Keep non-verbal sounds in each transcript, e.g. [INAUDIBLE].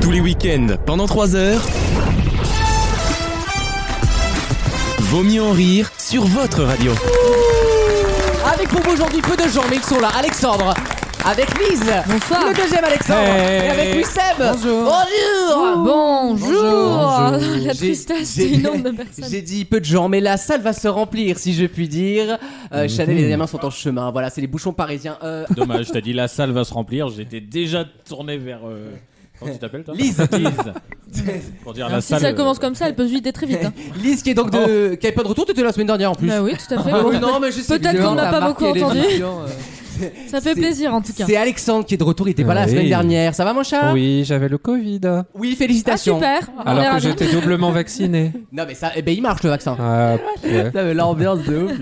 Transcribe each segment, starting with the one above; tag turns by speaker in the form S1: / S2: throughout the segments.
S1: Tous les week-ends, pendant 3 heures. Vaut mieux en rire sur votre radio.
S2: Avec pour vous aujourd'hui peu de gens, mais ils sont là. Alexandre, avec Lise,
S3: Bonsoir.
S2: le deuxième Alexandre,
S1: Hey.
S2: et avec Wissem.
S4: Bonjour.
S2: Bonjour.
S3: Bonjour.
S2: Bonjour.
S3: [LAUGHS] La
S2: J'ai-
S3: tristesse
S2: j'ai-
S3: du
S2: [LAUGHS]
S3: nombre de personnes.
S2: J'ai dit peu de gens, mais la salle va se remplir, si je puis dire.
S3: Mhm.
S2: Euh, Chanel et les Amins sont en chemin. Voilà, c'est les bouchons parisiens. Euh,
S5: Dommage, t'as dit la salle va se remplir. J'étais déjà tourné vers. euh, Comment tu t'appelles toi
S2: Lise.
S5: Pour dire la
S3: Alors, si
S5: salle.
S3: ça commence comme ça, elle peut se vider très vite. Hein.
S2: [LAUGHS]
S3: Oh.
S2: Lise qui est donc de, qui avait pas de retour, t'étais là la semaine dernière en plus.
S3: Bah oui, tout à fait.
S2: Ah oui, [LAUGHS] non, mais je sais
S3: Peut-être
S2: bien.
S3: qu'on n'a pas beaucoup entendu. Ça fait
S2: C'est-
S3: plaisir en tout cas.
S2: euh. C'est Alexandre qui est de retour, il était pas là la
S4: Oui.
S2: semaine dernière. Ça va mon chat
S4: Oui, j'avais le Covid.
S2: Oui,
S3: Ah
S2: félicitations.
S3: super. On est
S4: Alors que
S3: ravis.
S4: j'étais doublement vacciné.
S2: non mais ça, eh ben, il marche le vaccin.
S4: Ah, ouais.
S2: Là, mais L'ambiance de ouf.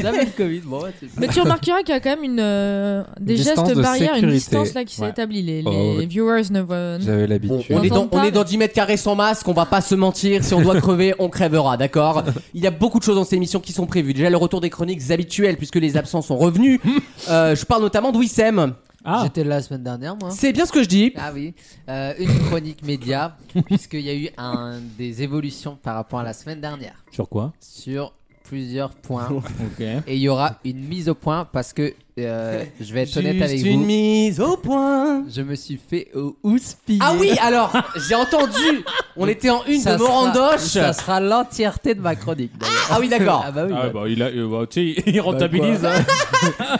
S2: Jamais le Covid, bon, ouais, c'est-
S3: Mais tu remarqueras qu'il y a quand même une, euh, des
S4: Une distance
S3: gestes
S4: de
S3: barrières, une
S4: sécurité.
S3: distance là qui s'est
S4: Ouais.
S3: établie. Les,
S4: Oh,
S3: les
S4: ouais.
S3: viewers ne voient.
S4: J'avais
S2: Bon,
S4: l'habitude.
S2: on, est dans,
S3: T'entends
S2: on
S3: pas,
S2: est dans
S3: mais-
S2: 10 mètres carrés sans masque, on va pas se mentir. Si on doit crever, on crèvera, d'accord Il y a beaucoup de choses dans cette émission qui sont prévues. Déjà, le retour des chroniques habituelles, puisque les absents sont
S6: [LAUGHS]
S2: revenus. Euh, je parle notamment de Wissem.
S5: Ah,
S6: J'étais là la semaine dernière, moi.
S2: C'est bien ce que je dis.
S6: Ah oui, Euh, une chronique média, puisqu'il y a eu un, des évolutions par rapport à la semaine dernière
S4: Hein
S5: sur quoi
S6: sur plusieurs
S2: [LAUGHS]
S6: points.
S5: Ok.
S6: Et il y aura une mise au point parce que euh, je vais être honnête avec
S2: Juste une
S6: vous.
S2: mise au point.
S6: Je me suis fait euh, au houspiller.
S2: Ah oui, alors, j'ai entendu. On était en une
S6: Ça
S2: de
S6: sera-
S2: Morandoche.
S6: Ça sera l'entièreté de ma chronique. d'ailleurs.
S2: Ah oui, d'accord.
S6: Ah bah oui.
S5: Ah ouais,
S6: bah.
S5: bah, il, a, euh, bah, tu sais, [LAUGHS] il rentabilise. hein.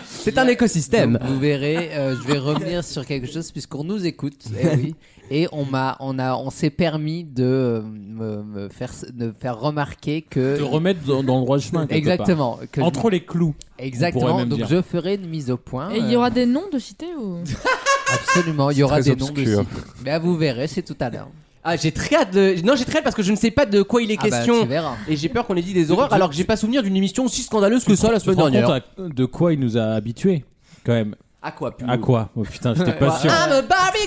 S2: C'est un écosystème.
S6: Donc, vous verrez, euh, je vais revenir sur quelque chose puisqu'on nous écoute. eh oui. Et on m'a, on a, on s'est permis de euh, me, me faire, de faire remarquer que
S5: Te remettre dans, dans le droit chemin. quelque
S6: exactement que
S5: part.
S6: je-
S5: Entre les clous. on
S6: exactement.
S5: pourrait même
S6: Donc
S5: dire.
S6: je ferai une mise au point.
S3: Et il y aura des noms de cités ou
S6: euh, absolument, il y aura
S4: très
S6: des noms de
S4: obscur.
S6: sites. Mais ah, vous verrez, c'est tout à l'heure.
S2: Ah, j'ai très hâte de. Non, j'ai très hâte parce que je ne sais pas de quoi il est
S6: Ah bah,
S2: question.
S6: tu verras.
S2: et j'ai peur qu'on ait dit des horreurs alors que j'ai pas souvenir d'une émission aussi scandaleuse que ça la
S5: Tu te
S2: semaine
S5: rends
S2: dernière.
S5: compte à- de quoi il nous a habitués quand même
S2: À quoi plus
S5: À quoi Oh putain, j'étais pas
S4: Bah,
S5: sûr.
S4: ah.
S2: I'm a Barbie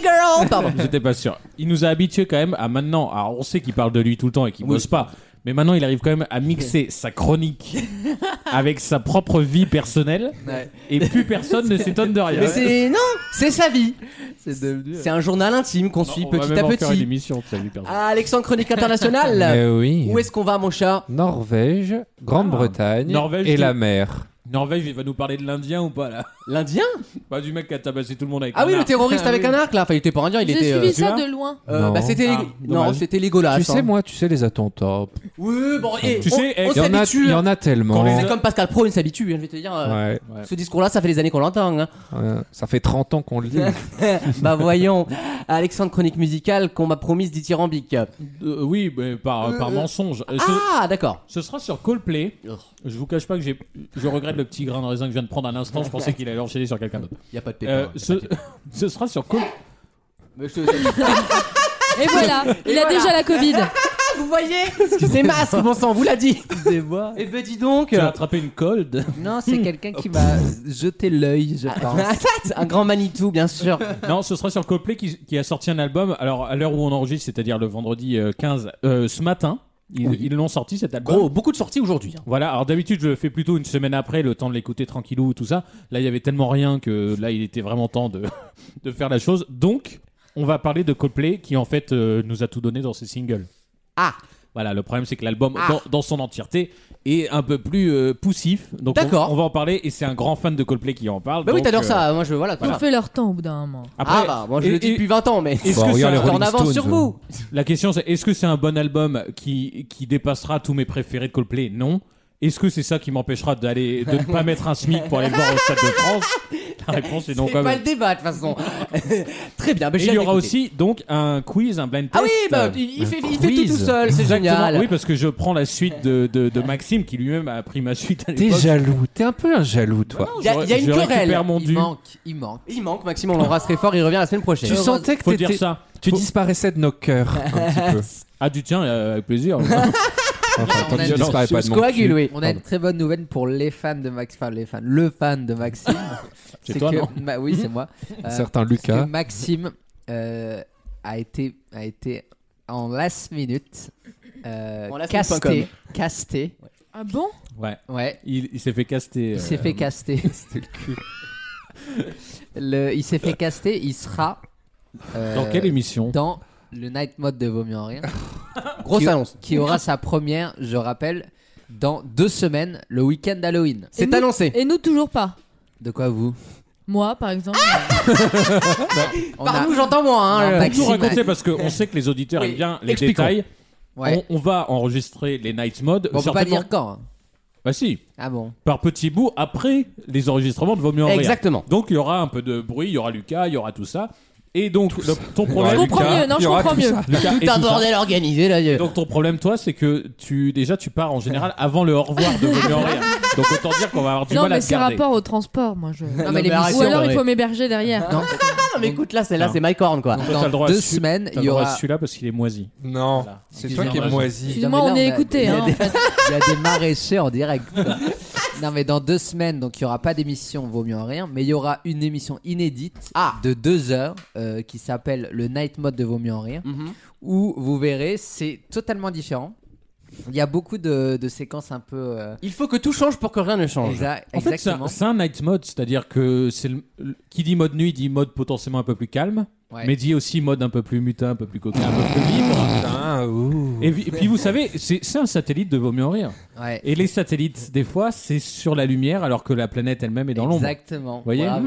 S4: [LAUGHS]
S2: girl Pardon.
S5: J'étais pas sûr. Il nous a habitués quand même à maintenant. Alors on sait qu'il parle de lui tout le temps et qu'il bosse pas. Mais maintenant, il arrive quand même à mixer sa
S2: [LAUGHS]
S5: chronique avec sa propre vie personnelle. Et plus personne ne s'étonne de rien.
S2: Mais c'est non, c'est sa vie.
S6: C'est devenu.
S2: C'est un journal intime qu'on
S5: Non,
S2: suit
S5: on va
S2: petit
S5: même
S2: à
S5: en faire une
S2: petit. Ah,
S5: émission de sa vie personnelle.
S2: Alexandre Chronique
S4: [LAUGHS]
S2: Internationale.
S4: Eh oui.
S2: Où est-ce qu'on va mon chat
S4: Norvège, Grande-Bretagne
S5: Ah, Norvège,
S4: et
S5: tu-
S4: la mer.
S5: Norvège, il va nous parler de l'Indien ou pas là
S2: L'Indien
S5: Pas du mec qui a tabassé tout le monde avec
S2: Ah oui,
S5: un
S2: le
S5: arc.
S2: terroriste
S5: Ah
S2: avec
S5: oui.
S2: un arc là, enfin il était pas indien, il
S3: J'ai
S2: était euh,
S3: suivi ça
S5: celui-là
S3: de loin.
S2: [LAUGHS] euh,
S4: Non.
S2: bah c'était
S5: Ah,
S2: non,
S5: dommage.
S2: c'était Legolas.
S4: Tu sais,
S2: hein.
S4: moi, tu sais, les attentats.
S2: Oui, bon, et
S5: Tu
S2: on,
S5: sais, eh,
S2: on
S4: Il y, en a, il
S2: s'habitue.
S4: y en a tellement.
S5: Quand les
S2: C'est comme Pascal Pro, il s'habitue, hein, je vais te dire. euh,
S4: Ouais,
S5: Ouais.
S2: Ce discours-là, ça fait des années qu'on l'entend. hein.
S4: ouais. ça fait 30 ans qu'on le lit.
S2: [LAUGHS] bah voyons, Alexandre Chronique Musicale qu'on m'a promise dithyrambique.
S5: Euh, oui, mais par, par mensonge. Euh, Ce,
S2: Ah, d'accord.
S5: ce sera sur Coldplay.
S2: Ugh.
S5: Je vous cache pas que j'ai, je regrette le petit grain de raisin que je viens de prendre à l'instant. Je pensais qu'il allait enchaîner sur quelqu'un d'autre.
S2: Y a pas de
S5: Euh,
S2: pépin.
S5: ce, [LAUGHS] ce sera sur Coldplay. [LAUGHS]
S2: Mais je te-
S3: Et voilà, il a déjà la Covid.
S2: [LAUGHS] Vous voyez C'est masque, bon sang, on vous l'a dit Et ben dis donc
S5: Tu as attrapé une cold [LAUGHS]
S6: Non,
S3: Hmm.
S6: c'est quelqu'un qui m'a jeté
S3: Ah,
S6: l'œil, je pense.
S2: [LAUGHS]
S6: [LAUGHS]
S2: Un grand Manitou, bien sûr.
S5: Non, ce sera sur Coldplay qui, qui a sorti un album. Alors, à l'heure où on enregistre, c'est-à-dire le vendredi euh, 15, euh, ce matin, ils
S2: Oui.
S5: ils l'ont sorti cet album.
S2: Gros, beaucoup de sorties aujourd'hui. hein.
S5: Voilà, alors d'habitude je le fais plutôt une semaine après, le temps de l'écouter tranquillou, tout ça. Là, il y avait tellement rien que là, il était vraiment temps de, [LAUGHS] de faire la chose. Donc, on va parler de Coldplay qui en fait euh, nous a tout donné dans ses singles.
S2: Ah.
S5: Voilà, le problème c'est que l'album
S2: Ah.
S5: dans, dans son entièreté est un peu plus euh, poussif. Donc, on-
S2: D'accord.
S5: On, va en parler et c'est un grand fan de Coldplay qui en parle.
S2: Bah oui,
S5: donc,
S2: t'adores
S5: euh,
S2: ça, moi je. Voilà,
S3: Ils ont
S2: voilà.
S3: fait leur temps au bout d'un moment.
S5: Après,
S2: ah bah, moi je
S5: et-
S2: le dis
S5: et-
S2: depuis 20 ans, mais.
S5: Est-ce
S4: Bah,
S5: que
S4: regarde
S5: c'est
S4: les
S5: un-
S2: en
S4: Rolling
S2: avance sur
S5: hein.
S4: Stones.
S2: vous
S5: La question c'est est-ce que c'est un bon album qui, qui dépassera tous mes préférés de Coldplay Non. Est-ce que c'est ça qui m'empêchera d'aller de ne pas mettre un SMIC pour aller le voir au Stade de France La réponse est non
S2: C'est
S5: quand
S2: pas
S5: même.
S2: le débat de toute façon. [LAUGHS] Très bien, bah, mais
S5: Et il y aura aussi donc un quiz, un blind
S2: Ah
S5: test.
S2: oui, bah,
S5: euh,
S2: il il fait,
S4: quiz.
S2: il fait tout tout seul, c'est
S5: exactement.
S2: génial.
S5: Oui, parce que je prends la suite de, de- de Maxime qui lui-même a pris ma suite à
S4: T'es
S5: l'époque.
S4: jaloux, t'es un peu un jaloux, toi.
S2: Il y a- il y a
S5: Je-
S2: une
S5: je
S2: querelle.
S5: récupère mon
S6: Il
S5: dû.
S6: manque, il manque.
S2: Il manque, Maxime, on l'embrasse très fort, il revient la semaine prochaine.
S4: Tu sentais que
S5: Faut dire
S4: t'étais-
S5: ça.
S4: tu
S5: Faut-
S4: disparaissais de nos
S5: [LAUGHS]
S4: cœurs un petit peu.
S5: Ah du tien, euh,
S2: [LAUGHS]
S5: avec plaisir. Ah,
S4: Enfin,
S6: On
S4: tant
S6: a
S4: que
S6: une
S4: tu disparais pas de mon
S2: Coagule, oui.
S6: On a une très bonne nouvelle pour les fans de Max, enfin les fans, le fan
S5: [LAUGHS]
S6: de Maxime.
S5: C'est toi,
S6: que-
S5: non
S6: Ma- oui,
S5: [LAUGHS]
S6: c'est moi. Euh,
S4: Certains
S6: parce que
S4: Lucas.
S6: Maxime euh, a été a été en last minute euh,
S2: En last minute.com.
S6: casté, casté.
S3: Ah bon
S5: Ouais.
S6: Ouais,
S5: Il, il s'est fait caster.
S6: il
S5: euh,
S6: s'est
S5: [LAUGHS]
S6: fait caster. [LAUGHS] Le- il s'est fait caster. Il sera euh,
S2: euh,
S5: Dans quelle émission
S6: dans le night mode de Vaut mieux
S5: [LAUGHS]
S6: en rire,
S2: Grosse
S6: qui-
S2: annonce.
S6: qui aura sa première, je rappelle, dans deux semaines, le week-end d'Halloween.
S3: Et
S2: C'est
S3: nous-
S2: annoncé.
S3: Et nous, toujours pas.
S6: De quoi vous
S3: Moi, par exemple.
S6: On
S2: Par
S6: a-
S2: nous, j'entends moi.
S6: on a
S2: Hein, le-
S6: Maxime
S5: Tout raconter
S6: a-
S5: parce qu'on sait que les auditeurs
S2: Oui,
S5: aiment bien les
S2: expliquons.
S5: détails.
S6: Ouais.
S5: On, on va enregistrer les night mode.
S6: Bon, on peut pas
S5: certainement-
S6: dire quand. hein.
S5: Bah si,
S6: Ah bon
S5: par petits bouts après les enregistrements de Vaut mieux en rire.
S2: Exactement.
S5: Donc il y aura un peu de bruit, il y aura Lucas, il y aura tout ça. Et donc le- ton
S3: Je
S5: problème,
S4: Ouais,
S3: comprends
S4: Lucas,
S3: mieux. Non,
S4: il y
S3: je
S4: aura
S3: comprends
S4: tout
S3: mieux.
S4: ça.
S5: Lucas, et
S2: Tout un
S5: tout ça.
S2: bordel organisé là. je-
S5: Donc ton problème toi, c'est que tu déjà tu pars en général avant le au revoir de Vaut mieux en rire. Donc autant dire qu'on va avoir du
S3: Non,
S5: mal à
S3: mais
S5: te
S3: c'est
S5: garder.
S3: rapport au transport, moi. Je...
S6: Non, mais
S2: mais arrête,
S6: l'émission.
S3: Ou
S2: c'est
S3: alors, il
S2: vrai.
S3: faut m'héberger derrière.
S6: Non,
S2: Ah, mais écoute, là, celle-là, c'est Mike Horn quoi.
S5: Toi, t'as
S6: dans
S5: le droit à
S6: deux
S5: celui-
S6: semaines,
S5: T'as
S6: il
S5: le
S6: y
S5: droit à
S6: aura.
S5: celui-là parce qu'il est moisi.
S4: Non,
S5: Voilà.
S4: c'est
S6: Excusez-moi.
S4: toi qui es moisi.
S6: Non, mais
S3: Excuse-moi, on
S6: là,
S3: est
S6: a-
S3: écouté.
S6: il y a
S3: hein,
S6: des-
S3: en fait.
S6: Il y a des maraîchers en direct. non, mais dans deux semaines, donc il n'y aura pas d'émission Vaut mieux en rire, mais il y aura une émission inédite
S2: Ah.
S6: de deux heures euh, qui s'appelle le Night Mode de Vaut mieux en rire,
S2: Mhm.
S6: où vous verrez, c'est totalement différent. Il y a beaucoup de, de séquences un peu. euh,
S2: Il faut que tout change pour que rien ne change.
S6: exa-
S5: En fait, c'est un-
S6: exactement.
S5: c'est un night mode, c'est-à-dire que c'est le- le- qui dit mode nuit dit mode potentiellement un peu plus calme,
S6: Ouais.
S5: mais dit aussi mode un peu plus mutin, un peu plus coquin, un peu plus libre.
S4: Ah, Putain, ouh.
S5: Et vi- et puis vous savez, c'est c'est un satellite de Vaut mieux en rire.
S6: Ouais.
S5: Et les satellites, des fois, c'est sur la lumière alors que la planète elle-même est dans l'ombre.
S6: Exactement.
S5: Vous voyez
S6: Bravo.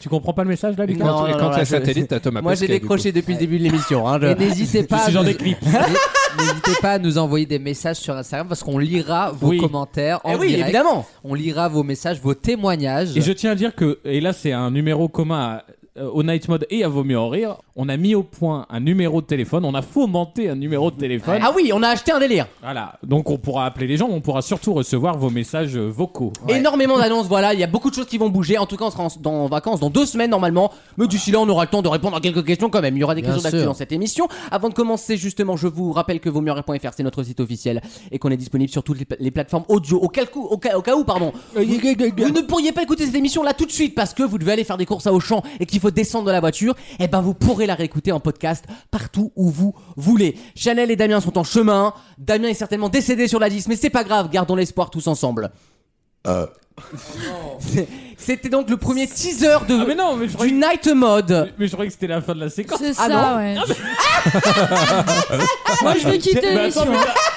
S5: Tu comprends pas le message là,
S4: Et
S5: Lucas
S4: quand,
S2: Mhm. Non,
S4: et
S2: non,
S4: quand
S2: non,
S4: t'as
S2: là,
S4: satellite, t'as Thomas
S2: Moi, j'ai
S4: Pesquet, du coup.
S2: décroché depuis le début de l'émission. Hein, je-
S6: Et n'hésitez pas.
S5: suis
S6: à
S5: genre
S6: nous-
S5: des
S6: [LAUGHS]
S5: clips.
S6: Et N'hésitez pas à nous envoyer des messages sur Instagram parce qu'on lira vos
S5: Oui.
S6: commentaires en
S2: Eh oui,
S6: direct.
S2: évidemment.
S6: On lira vos messages, vos témoignages. [LAUGHS]
S5: Et je tiens à dire que, et là c'est un numéro commun à- euh, au Night Mode et à Vaut mieux en rire, on a mis au point un numéro de téléphone, on a fomenté un numéro de téléphone.
S2: Ah oui, on a acheté un délire.
S5: Voilà, donc on pourra appeler les gens, on pourra surtout recevoir vos messages euh, vocaux.
S6: Ouais.
S2: Énormément d'annonces, voilà, il y a beaucoup de choses qui vont bouger. En tout cas, on sera en, dans, en vacances dans deux semaines normalement. Mais d'ici là, on aura le temps de répondre à quelques questions quand même. Il y aura des
S6: Bien
S2: questions d'actu
S6: sûr.
S2: dans cette émission. Avant de commencer, justement, je vous rappelle que vaumieuxrire.fr, c'est notre site officiel et qu'on est disponible sur toutes les, pla- les plateformes audio. Au, calcou- au, ca- au cas où, pardon,
S6: Euh,
S2: vous, vous ne pourriez pas écouter cette émission là tout de suite parce que vous devez aller faire des courses à Auchan et qu'il faut descendre de la voiture. Eh ben, vous pourrez la réécouter en podcast partout où vous voulez. Chanel et Damien sont en chemin. Damien est certainement décédé sur la 10, mais c'est pas grave, gardons l'espoir tous ensemble.
S5: Euh.
S2: [LAUGHS] C'était donc le premier teaser de,
S5: Ah mais non, mais je
S2: du
S5: croyais,
S2: Night Mode.
S5: mais je croyais que c'était la fin de la séquence.
S3: C'est
S2: Ah
S3: ça,
S2: non
S3: ouais. [LAUGHS] Moi, je vais quitter
S5: Bah,
S3: l'émission.
S5: attends, mais t'as- t'as-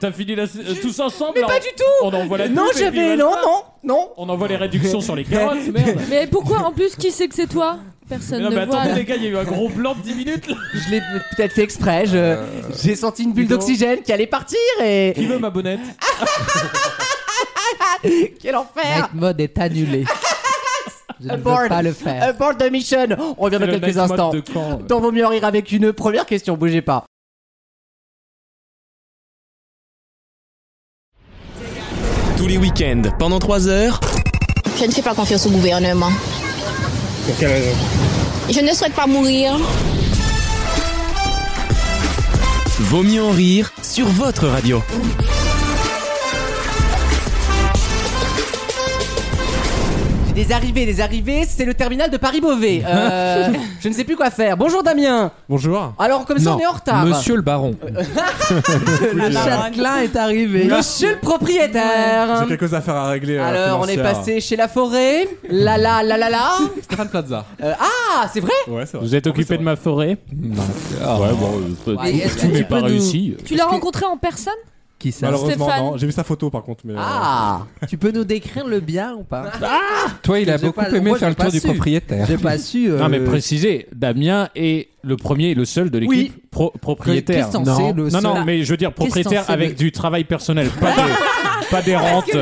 S5: T'as fini la- euh, tous ensemble Mais
S2: pas du tout
S5: On envoie la
S2: Non,
S5: coupe et puis
S2: j'avais.
S5: voilà.
S2: Non, non, non
S5: On envoie les réductions sur
S2: [LAUGHS]
S5: les carottes, merde
S3: Mais pourquoi en plus qui sait que c'est toi Personne
S5: Mais Non
S3: ne
S5: Ah, mais
S3: voit.
S5: attendez
S3: là.
S5: les gars, il y a eu un gros blanc de 10 minutes là
S2: Je l'ai peut-être fait exprès. je- J'ai senti une bulle
S5: Euh. Dis donc.
S2: d'oxygène qui allait partir et.
S5: Qui veut ma bonnette
S2: Quel enfer
S6: Night Mode est [LAUGHS] annulé. je ne
S2: Aboard.
S6: peux pas le faire.
S2: Abort the mission On revient dans
S5: C'est le
S2: quelques
S5: night mode
S2: instants.
S5: de Caen.
S2: Dans Vaut mieux en rire avec une première question, bougez pas.
S1: Tous les week-ends, pendant 3 heures,
S7: Je ne fais pas confiance au gouvernement. Je ne souhaite pas mourir.
S1: Vaut mieux en rire sur votre radio.
S2: Des arrivées, des arrivées, c'est le terminal de
S8: [LAUGHS]
S2: Paris-Beauvais. Euh, je ne sais plus quoi faire. Bonjour Damien
S4: Bonjour.
S2: Alors, comme ça,
S4: Non,
S2: on est en retard.
S4: Monsieur le baron.
S6: Eh ben,
S2: le châtelain est arrivé. Monsieur le propriétaire
S4: quelque chose à faire à régler.
S9: euh,
S2: Alors, on est passé chez la forêt. La la la la la.
S4: Stéphane Plaza.
S2: Euh, ah, c'est vrai
S4: Ouais, c'est
S5: Vous êtes occupé de ma forêt Ouais bon, euh,
S6: Mais est-ce
S5: tout
S6: que
S5: n'est
S6: tu
S5: pas
S6: peux nous-
S5: réussi.
S3: Tu l'as rencontré en personne
S6: Qui ça
S9: Malheureusement,
S3: Stéphane.
S9: non. J'ai vu sa photo par contre. Mais, euh,
S2: Ah
S6: Tu peux nous décrire le bien ou pas
S4: Toi, il a
S6: J'ai
S4: beaucoup
S6: pas-
S4: aimé
S6: moi,
S4: faire
S6: j'ai
S4: le tour
S6: pas
S4: du
S6: su.
S4: propriétaire.
S6: J'ai pas su. euh,
S5: Non mais précisez, Damien est le premier et le seul de l'équipe pro- propriétaire.
S6: Qu'est-ce qu'on
S5: non.
S6: sait, le
S5: non,
S6: seul
S5: non, mais je veux dire
S6: qu'on
S5: propriétaire
S6: sait,
S5: avec
S6: le-
S5: du travail personnel,
S6: [LAUGHS]
S5: pas des, pas des rentes.
S8: Attends,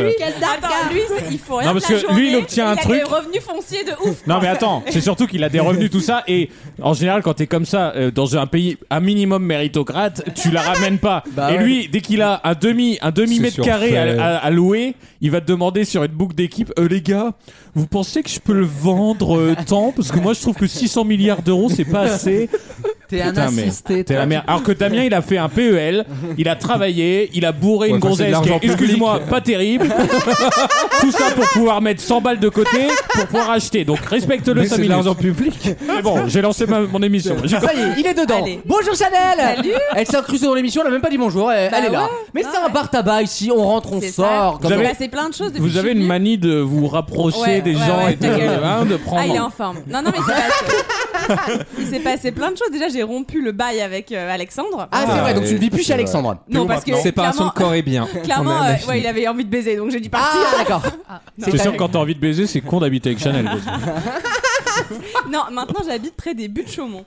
S8: lui, c'est- il faut rien
S5: Non, parce
S8: de la
S5: que
S8: journée,
S5: lui, il obtient un
S8: Il a
S5: truc.
S8: des revenus fonciers de ouf.
S5: Non mais attends, c'est surtout qu'il a des revenus tout ça et en général quand t'es comme ça euh, dans un pays un minimum méritocrate, tu la ramènes pas.
S6: Bah
S5: et
S6: ouais.
S5: lui, dès qu'il a un demi un demi
S4: C'est
S5: mètre carré
S4: surfait.
S5: à, à- à louer, il va te demander sur une boucle d'équipe, Euh, les gars, vous pensez que je peux le vendre euh, tant parce que moi je trouve que 600 milliards d'euros c'est pas assez.
S6: T'es un
S5: Putain, mais
S6: assisté.
S5: T'es
S6: toi.
S5: la merde. Alors que Damien, il a fait un PEL, il a travaillé, il a bourré
S4: Ouais,
S5: une
S4: enfin, c'est de
S5: gonzesse qui est,
S4: l'argent public.
S5: excuse-moi, pas terrible. [LAUGHS] Tout ça pour pouvoir mettre 100 balles de côté pour pouvoir acheter. Donc respecte-le,
S4: Mais c'est
S5: Samy.
S4: de l'argent
S5: public. Mais bon, j'ai lancé ma- mon émission. J'ai-
S2: Ça y est, il est dedans.
S8: Allez.
S2: Bonjour Chanel. Elle s'est incrustée dans l'émission, elle a même pas dit bonjour. Elle,
S8: Bah
S2: elle est là.
S8: ouais,
S2: Mais
S8: ouais.
S2: c'est un bar tabac ici. On rentre, on
S8: C'est
S2: sort.
S8: ça.
S2: comme-
S5: Vous
S8: Il
S5: avez-
S8: s'est passé plein de choses depuis
S5: Vous avez
S8: que je
S5: une
S8: suis venue.
S5: manie de vous rapprocher
S8: Ouais,
S5: des
S8: ouais,
S5: gens
S8: ouais,
S5: et de,
S8: ta gueule.
S5: hein, de prendre.
S8: Ah, il est en forme. Non, non, mais c'est parce que Il s'est passé [LAUGHS] plein de choses. Déjà, j'ai rompu le bail avec euh, Alexandre.
S2: Ah, c'est
S4: Ah,
S2: vrai, donc
S4: oui,
S2: tu ne vis plus chez
S4: c'est vrai.
S2: Alexandre.
S8: non, parce que
S4: Séparation de
S8: clairement,
S4: corps et
S2: [LAUGHS]
S4: bien. On
S8: clairement
S4: a- on a
S8: euh,
S4: fini.
S8: ouais, il avait envie de baiser, donc j'ai dû partir.
S2: Ah, d'accord.
S5: C'est sûr que quand t'as envie de baiser, c'est con d'habiter avec Chanel.
S8: Non, maintenant j'habite près des buts de Chaumont.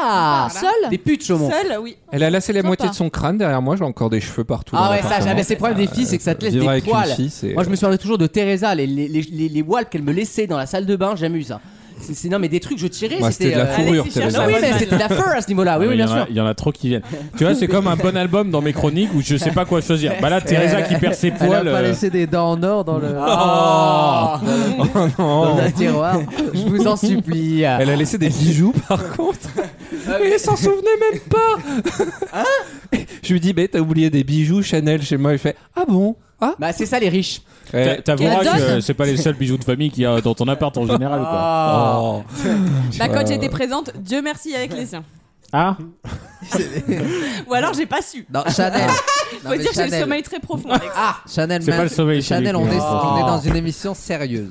S2: Ah,
S3: Seul
S2: Des putes, Chaumont.
S8: Seul, oui.
S4: Elle a lassé la
S3: Sympa.
S4: moitié de son crâne derrière moi, j'ai encore des cheveux partout. dans
S2: Ah ouais, ça,
S4: l'appartement.
S2: j'avais ces problèmes des filles, c'est que ça te laisse
S4: Vivre
S2: des
S4: avec une
S2: poils.
S4: fille, c'est-
S2: Moi, je me souviens toujours de Teresa, les, les, les, les, les voiles qu'elle me laissait dans la salle de bain, j'ai jamais eu ça. C'est- C'est non, mais des trucs, je tirais,
S4: Moi, c'était de la
S2: euh,
S4: fourrure,
S8: Alexis
S4: Thérèse.
S2: Ah
S8: Chaland.
S2: oui, mais c'était de la fur à ce niveau-là, oui, oui,
S8: Ah,
S2: bien sûr.
S5: Il y en a trop qui viennent. Tu vois, c'est comme un bon album dans mes chroniques où je sais pas quoi choisir. Bah là, Teresa qui perd ses
S6: Elle a
S5: poils.
S6: pas
S5: euh,
S6: laissé des dents en or dans le,
S2: Oh,
S6: dans
S4: Oh.
S6: le tiroir.
S2: je vous en supplie.
S4: Elle a laissé des bijoux par
S2: [LAUGHS]
S4: contre.
S2: Ah
S4: Mais elle s'en souvenait même pas.
S2: Hein
S4: [LAUGHS] je lui dis, mais t'as oublié des bijoux Chanel chez moi. Il fait, ah bon Ah
S2: Bah, c'est ça, les riches.
S5: t'a-
S6: Eh,
S4: Ouais.
S5: T'avoueras
S3: Qu'elle
S5: que
S3: donne
S5: euh, c'est pas les seuls bijoux de famille qu'il y a dans ton appart en général, quoi.
S6: Ah,
S4: Oh.
S8: Bah, quand j'étais présente, Dieu merci avec les siens.
S5: Ah
S8: Ou alors j'ai pas su.
S6: Non, Chanel.
S8: Faut dire que j'ai le sommeil très profond. Alex.
S6: Chanel,
S5: C'est
S6: man-
S5: pas le sommeil, c'est
S6: Chanel,
S5: lui
S6: on
S5: qui
S6: est,
S5: est-
S6: on est dans
S2: Ah.
S6: une
S2: [LAUGHS]
S6: émission sérieuse.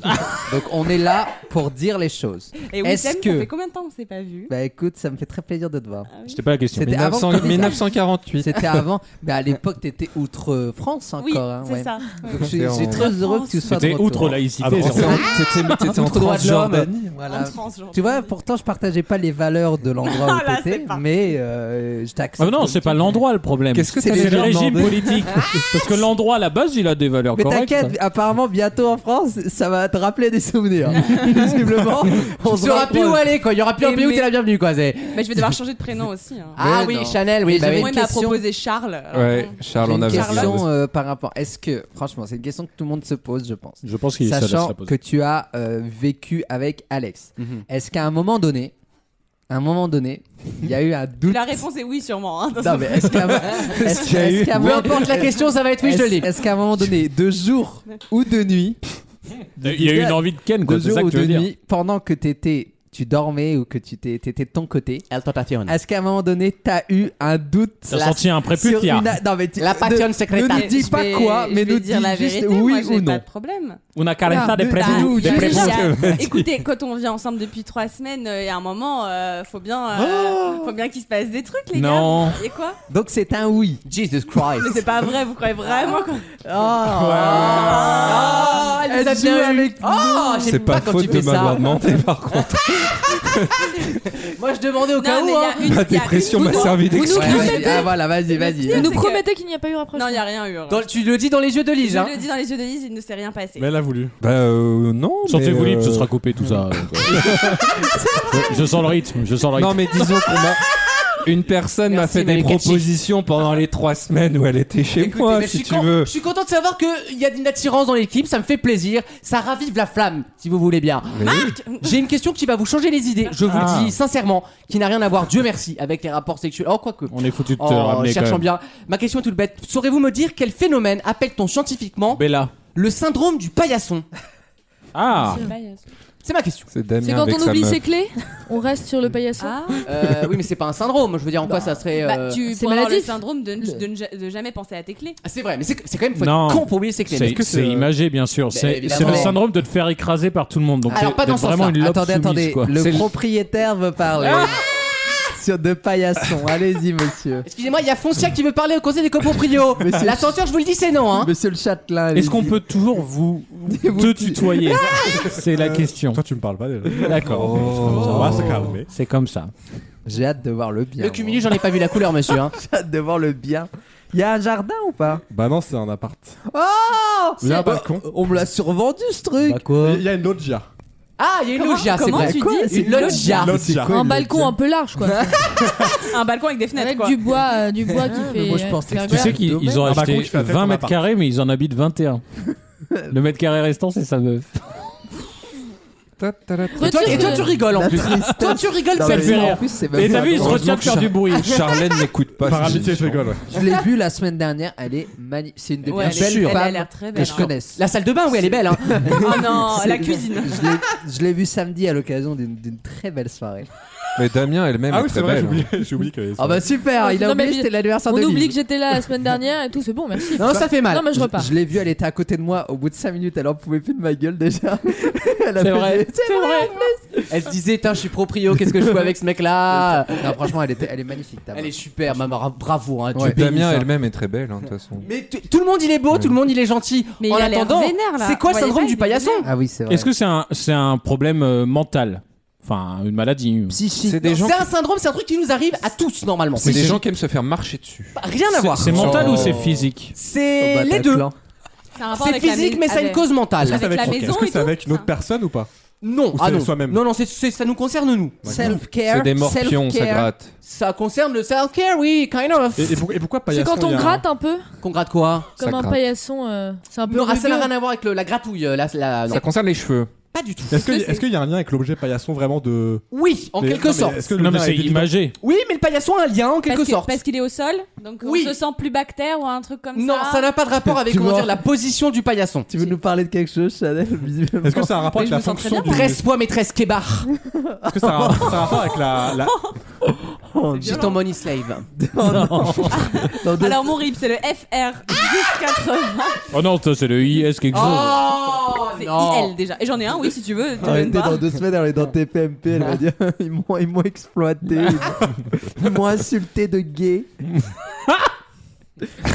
S6: Donc on est là pour dire les choses.
S8: Et
S6: Est-ce
S8: Wissem,
S6: que-
S8: ça fait combien de temps on s'est pas vu
S6: Bah écoute, ça me fait très plaisir de te voir.
S5: C'était pas la question.
S6: C'était avant
S4: 1900
S6: le Covid.
S4: 1948.
S2: [LAUGHS]
S6: C'était avant, mais à l'époque t'étais outre France encore.
S8: Oui,
S6: hein,
S8: c'est
S6: ouais.
S8: ça.
S6: Donc je suis je suis très heureux que tu sois de
S5: C'était
S6: retour.
S5: outre laïcité.
S4: T'étais
S5: c'est-
S9: [LAUGHS]
S4: en- t'étais en
S6: Outre droit de l'homme.
S4: Transjordanie.
S6: Voilà.
S8: En transgenre.
S6: Tu vois, pourtant je partageais pas les valeurs de
S8: [LAUGHS]
S6: l'endroit
S8: Ah, Là,
S6: où t'étais,
S8: c'est pas-
S6: mais euh, je t'accepte.
S5: Ah non, c'est pas l'endroit le problème.
S4: Qu'est-ce que
S5: c'est
S4: t'allais
S5: le
S4: leur
S5: régime
S4: demander
S5: politique Parce que l'endroit à la base, il a des valeurs
S6: Mais
S5: correctes.
S6: t'inquiète,
S2: hein.
S6: apparemment bientôt en France, ça va te rappeler
S2: [LAUGHS]
S6: des souvenirs. Visiblement, on
S2: On saura
S6: sera
S2: plus où aller, quoi. Il y aura plus un
S8: Et
S2: pays où
S8: mais-
S2: t'es la bienvenue, quoi. c'est-
S8: Mais je vais devoir changer de prénom aussi. hein.
S2: Ah
S6: Mais
S2: oui,
S6: non.
S2: Chanel, oui,
S6: Mais
S2: bah
S6: j'avais
S2: oui.
S8: Moi, il m'a
S6: question.
S8: proposé Charles. alors
S4: Ouais,
S8: bon.
S4: Charles,
S6: J'ai
S4: on
S6: une
S4: avait
S6: question euh, par rapport. Est-ce que, franchement, c'est une question que tout le monde se pose, je pense.
S5: Je pense qu'il ça
S6: Sachant
S5: laissera
S6: que
S5: poser.
S6: tu as euh, vécu avec Alex,
S2: Mhm.
S6: est-ce qu'à un moment donné, à un moment donné, il y a
S2: [LAUGHS]
S6: eu un doute
S8: La réponse est oui, sûrement. hein.
S6: Non, mais est-ce qu'à est-ce-
S4: qu'il y a
S6: est-ce
S4: eu-
S6: qu'à un
S2: Peu
S6: moment-
S2: importe la question, ça va être oui, je
S6: est-ce-
S2: te le dis.
S6: est-ce qu'à un moment donné, de jour ou de nuit,
S5: Il y a eu une envie de Ken, quoi.
S6: de
S5: C'est
S6: jour
S5: ça que
S6: ou
S5: tu
S6: de
S5: veux dire.
S6: nuit, pendant que t'étais, tu dormais ou que tu t'es- t'étais de ton côté,
S2: Elle tentazione.
S6: est-ce qu'à un moment donné, t'as eu un doute
S5: T'as
S6: la-
S5: senti un
S6: sur
S5: prépuce,
S6: une a- Non, mais tu-
S2: La
S6: de-
S2: passion
S6: Ne
S2: secreta.
S6: nous dis
S8: Je
S6: pas
S8: vais-
S6: quoi, mais
S8: je vais
S6: nous
S8: dire
S6: dis
S8: la
S6: juste
S8: vérité, moi,
S6: oui
S8: j'ai
S6: ou
S8: pas Oh,
S6: non.
S8: de
S2: [LAUGHS]
S8: problème.
S5: On a carrément des
S6: de-
S5: prépuces.
S6: de-
S5: des
S8: Je-
S5: prépuces.
S8: je- Écoutez, quand on vit ensemble depuis trois semaines, euh, il y a un moment, euh, faut bien,
S2: Oh.
S8: euh, faut bien qu'il se passe des trucs, les
S5: Non.
S8: gars. Et quoi
S6: Donc c'est un oui.
S2: Jesus
S6: [LAUGHS]
S8: Mais
S2: Christ.
S8: c'est pas vrai, vous croyez
S2: Ah.
S8: vraiment quoi
S4: Ah,
S6: Ah,
S2: Oh, elle nous a
S6: joue
S2: bien eu.
S6: avec
S9: Ah,
S2: Oh,
S4: C'est
S2: j'aime
S4: pas
S2: pas quand
S4: faute
S2: tu
S4: de
S2: fais
S4: m'avoir
S2: ça.
S4: demandé par contre.
S2: Moi, je demandais au cas
S8: Non, mais
S2: où.
S8: il y a
S2: hein.
S8: une.
S4: Ma
S8: il y a-
S4: dépression
S8: vous
S4: m'a
S8: nous-
S4: servi
S8: vous nous
S4: d'excuse.
S8: promettez-
S6: Vas-y, Ah voilà, vas-y, vas-y.
S8: pire,
S3: Vous nous
S8: c'est que-
S3: promettez qu'il n'y a pas eu rapprochement.
S8: Non, il n'y a rien eu. alors.
S2: Dans- Tu le dis dans les yeux de Lise,
S8: Je
S2: hein.
S8: le dis dans les yeux de Lise, il ne s'est rien passé.
S5: elle a voulu.
S4: Bah euh, non. mais,
S5: Sentez-vous libre,
S4: euh,
S5: ce sera coupé tout ça. donc, euh. je,
S6: [LAUGHS]
S5: je sens le rythme, je sens le rythme.
S4: Non, mais disons qu'on m'a. Une personne m'a
S2: Merci,
S4: fait des
S2: Manu Katchi.
S4: propositions pendant les trois semaines où elle était chez
S2: Écoutez,
S4: moi,
S2: mais je
S4: si
S2: suis
S4: tu
S2: con- Ah
S4: veux.
S2: Je suis content de savoir qu'il y a une attirance dans l'équipe, ça me fait plaisir, ça ravive la flamme, si vous voulez
S3: [LAUGHS]
S2: bien.
S8: Marc
S2: J'ai une question qui va vous changer les idées, je vous
S5: Ah.
S2: le dis sincèrement, qui n'a rien à voir, Dieu merci, avec les rapports sexuels. Oh, quoique.
S5: On est foutu de te
S2: Oh,
S5: ramener quand
S2: cherchons
S5: même.
S2: bien. Ma question est toute bête. Saurez-vous me dire quel phénomène appelle-t-on scientifiquement
S5: Bella.
S2: le syndrome du paillasson
S5: Ah
S2: C'est ma
S3: [LAUGHS]
S2: question.
S4: C'est Damien
S3: C'est quand
S4: avec
S3: on
S4: sa
S3: oublie
S4: meuf.
S3: ses clés, on reste sur le paillasson.
S8: Ah,
S2: Euh, oui, mais c'est pas un syndrome. Je veux dire, en quoi ça serait. euh,
S3: Bah, tu
S8: c'est
S3: pour avoir
S8: maladif.
S3: le
S8: le
S3: syndrome.
S8: syndrome de, de ne ja- de jamais penser à tes clés.
S2: Ah, c'est vrai, mais c'est c'est quand même faut être
S5: Non.
S2: con pour oublier ses clés.
S5: C'est
S2: Parce que
S5: c'est imagé, bien sûr. C'est
S2: évidemment.
S5: c'est le syndrome de te faire écraser par tout le monde. Donc,
S2: Alors,
S5: t'es-
S2: pas dans
S5: t'es
S2: ce
S5: vraiment
S2: sens-là.
S5: une lobe
S6: Attendez,
S5: soumise,
S6: attendez,
S5: quoi.
S6: le
S4: C'est le-
S6: propriétaire veut parler. Sur de paillasson, allez-y monsieur.
S2: Excusez-moi, il y a Foncia qui veut parler au conseil des coproprios.
S6: Monsieur-
S2: La censure, je vous le dis, c'est non. Hein.
S6: Monsieur le châtelain.
S5: Est-ce qu'on
S6: allez-y.
S5: peut toujours vous
S6: Vous
S5: te
S6: tu-
S5: tutoyer C'est la question.
S9: Toi, tu me parles pas déjà. Oh.
S5: D'accord.
S4: Oh.
S9: Ça va se calmer.
S5: C'est comme ça.
S6: J'ai hâte de voir le bien.
S2: Le cumulé, j'en ai pas vu la couleur, monsieur. hein.
S6: moi. J'ai hâte de voir le bien. Il y a un jardin ou pas
S9: Bah non, c'est un appart.
S6: Il y
S9: a un
S4: bah,
S9: balcon.
S6: On me l'a survendu ce truc.
S9: Il y a une loggia.
S2: Ah, il y a une
S8: Comment-
S2: loggia, c'est
S8: comment
S2: vrai.
S8: tu
S6: Quoi
S8: dis
S6: C'est
S2: Une loggia.
S9: Loggia.
S3: Un balcon un peu large, quoi.
S8: Un balcon avec des fenêtres,
S3: Avec
S8: quoi.
S3: du bois, euh, du bois qui
S6: mais
S3: fait.
S6: moi, je pensais que
S3: faire
S5: Tu
S6: Ouais.
S5: sais
S3: glace.
S5: qu'ils ils ont
S9: Ah, par
S5: acheté
S9: contre, il fait la tête
S5: 20
S9: en
S5: mètres
S9: appart.
S5: carrés, mais ils en habitent 21. Le mètre carré restant, c'est sa meuf.
S4: Ta- ta- ta-
S2: Et toi, et toi, tu rigoles en plus. Toi, tu rigoles,
S6: Non,
S5: ça
S6: mais
S5: le fait
S6: en
S5: rire.
S6: plus, c'est même
S5: Et
S6: pas
S5: t'as vu, il se
S6: drôle.
S5: retient de faire du bruit.
S4: Charlène n'écoute pas.
S9: Par
S4: cette
S9: amitié, je
S4: émission.
S9: rigole. ouais.
S6: Je l'ai vue la semaine dernière, elle est magnifique. C'est une des
S8: Ouais,
S6: plus
S8: elle est-
S6: belles
S8: elle a
S6: femmes
S8: l'air très
S6: que
S8: belle.
S6: je
S8: hein.
S2: [LAUGHS]
S6: connaisse.
S2: La salle de bain, oui, elle est belle. Hein.
S8: Oh non,
S6: C'est-
S8: la cuisine.
S6: Je l'ai- Je l'ai vue samedi à l'occasion d'une d'une très belle soirée.
S4: Mais Damien elle-même
S9: Ah
S4: est
S9: oui,
S4: très
S9: c'est vrai,
S4: belle. hein.
S9: j'ai oublié, j'ai oublié qu'elle est-
S6: Ah bah super, il a
S3: Non,
S6: oublié
S3: mais
S6: c'était l'anniversaire
S3: On
S6: de
S3: oublie
S6: Lily.
S3: que j'étais là la semaine dernière et tout, c'est bon, merci.
S2: Non, ça fait mal.
S3: Non, mais je repars.
S6: Je l'ai vue, elle était à côté de moi au bout de 5 minutes, elle en pouvait plus de ma gueule déjà. [LAUGHS] Elle a
S2: C'est
S6: fait
S2: vrai.
S6: des-
S2: C'est vrai. Elle se disait, Tain, je suis proprio, qu'est-ce que je fais avec ce
S8: [LAUGHS]
S2: mec-là
S6: Non, franchement, elle, était, elle est magnifique. ta
S2: Elle
S6: meuf.
S2: est super, maman, ra- bravo, hein,
S6: Ouais.
S2: tu bénis
S4: Damien
S2: ça.
S4: elle-même est très belle hein, de toute façon.
S2: Mais tu- tout le monde il est beau, tout le monde il est gentil.
S8: Mais
S2: en
S8: il a l'air
S2: attendant,
S8: vénère, là.
S2: c'est quoi le
S8: Vous voyez
S2: syndrome
S8: pas,
S2: du
S8: il est
S2: paillasson
S6: Ah oui, c'est vrai.
S5: Est-ce que c'est un, c'est un problème euh, mental Enfin, une maladie
S6: psychique
S4: C'est des gens
S2: C'est un syndrome, c'est un truc qui nous arrive à tous normalement.
S4: c'est des gens qui aiment se faire marcher dessus.
S2: Pas- Rien à
S5: C'est-
S2: voir.
S5: C'est mental
S4: Oh.
S5: ou c'est physique
S2: C'est
S6: Au
S2: les deux.
S6: Bataclan.
S8: un rapport
S2: C'est
S8: avec la
S2: physique,
S8: mai-
S2: mais ça a une
S8: avec-
S2: cause mentale.
S8: Avec
S9: C'est
S8: la
S9: ok.
S8: maison
S9: Est-ce que
S8: et
S9: c'est
S8: tout,
S9: avec une
S8: ça.
S9: autre personne ou pas
S2: Non,
S9: Ou
S2: ah
S9: c'est
S2: non.
S9: soi-même.
S2: Non, non, c'est- c'est- ça nous concerne nous.
S6: Self-care.
S4: C'est des morpions, ça
S6: self-care.
S4: gratte.
S2: Ça concerne le self-care, oui, kind of.
S9: Et, et pour- et pourquoi
S3: C'est
S9: paillasson
S3: quand
S9: il y
S3: on
S9: a un-
S3: gratte un peu,
S2: Qu'on gratte quoi
S4: Ça
S3: comme un
S4: gratte.
S3: paillasson, euh, c'est un peu.
S2: Non, ah, ça n'a
S3: rugueux.
S2: rien à voir avec le- la gratouille. euh, La, la- non,
S4: Ça concerne les cheveux.
S2: pas du tout.
S9: Est-ce que- est-ce qu'il y a un lien avec l'objet paillasson vraiment de.
S2: Oui, en
S9: Mais-
S2: quelque
S9: non, mais
S2: sorte.
S9: Est-ce que
S5: Non,
S9: le
S5: mais
S9: lien
S5: c'est
S9: est évident
S5: imagé.
S2: Oui, mais le paillasson a un lien en quelque
S8: Parce que-
S2: sorte.
S8: Parce qu'il est au sol, donc
S2: Oui.
S8: on se sent plus bactère ou un truc comme
S2: Non,
S8: ça.
S2: ça n'a pas de rapport avec
S6: Tu
S2: comment
S6: vois.
S2: dire la position du paillasson.
S6: Tu veux nous parler de quelque chose, Chanel visiblement
S9: Est-ce que ça a un rapport
S8: Mais
S9: avec
S8: je
S9: la
S8: me sens très
S9: fonction du.
S2: Dresse poids maîtresse Kebar.
S9: Est-ce que ça a un ça a un rapport avec la. la-
S2: Gitan Money Slave.
S6: Oh, Dans deux-
S8: Alors mon rip, c'est le
S2: Ah.
S8: FR 1080.
S5: [LAUGHS] Oh non, ça, c'est le IS quelque chose.
S2: Oh
S8: C'est
S2: non.
S8: IL déjà. Et j'en ai un, oui, si tu veux. te
S6: Elle
S8: donne
S6: était
S8: pas.
S6: Ah, dans deux semaines, elle est dans TPMP, elle va dire [LAUGHS] ils m'ont ils m'ont exploité, ils m'ont- ils m'ont insulté de gay.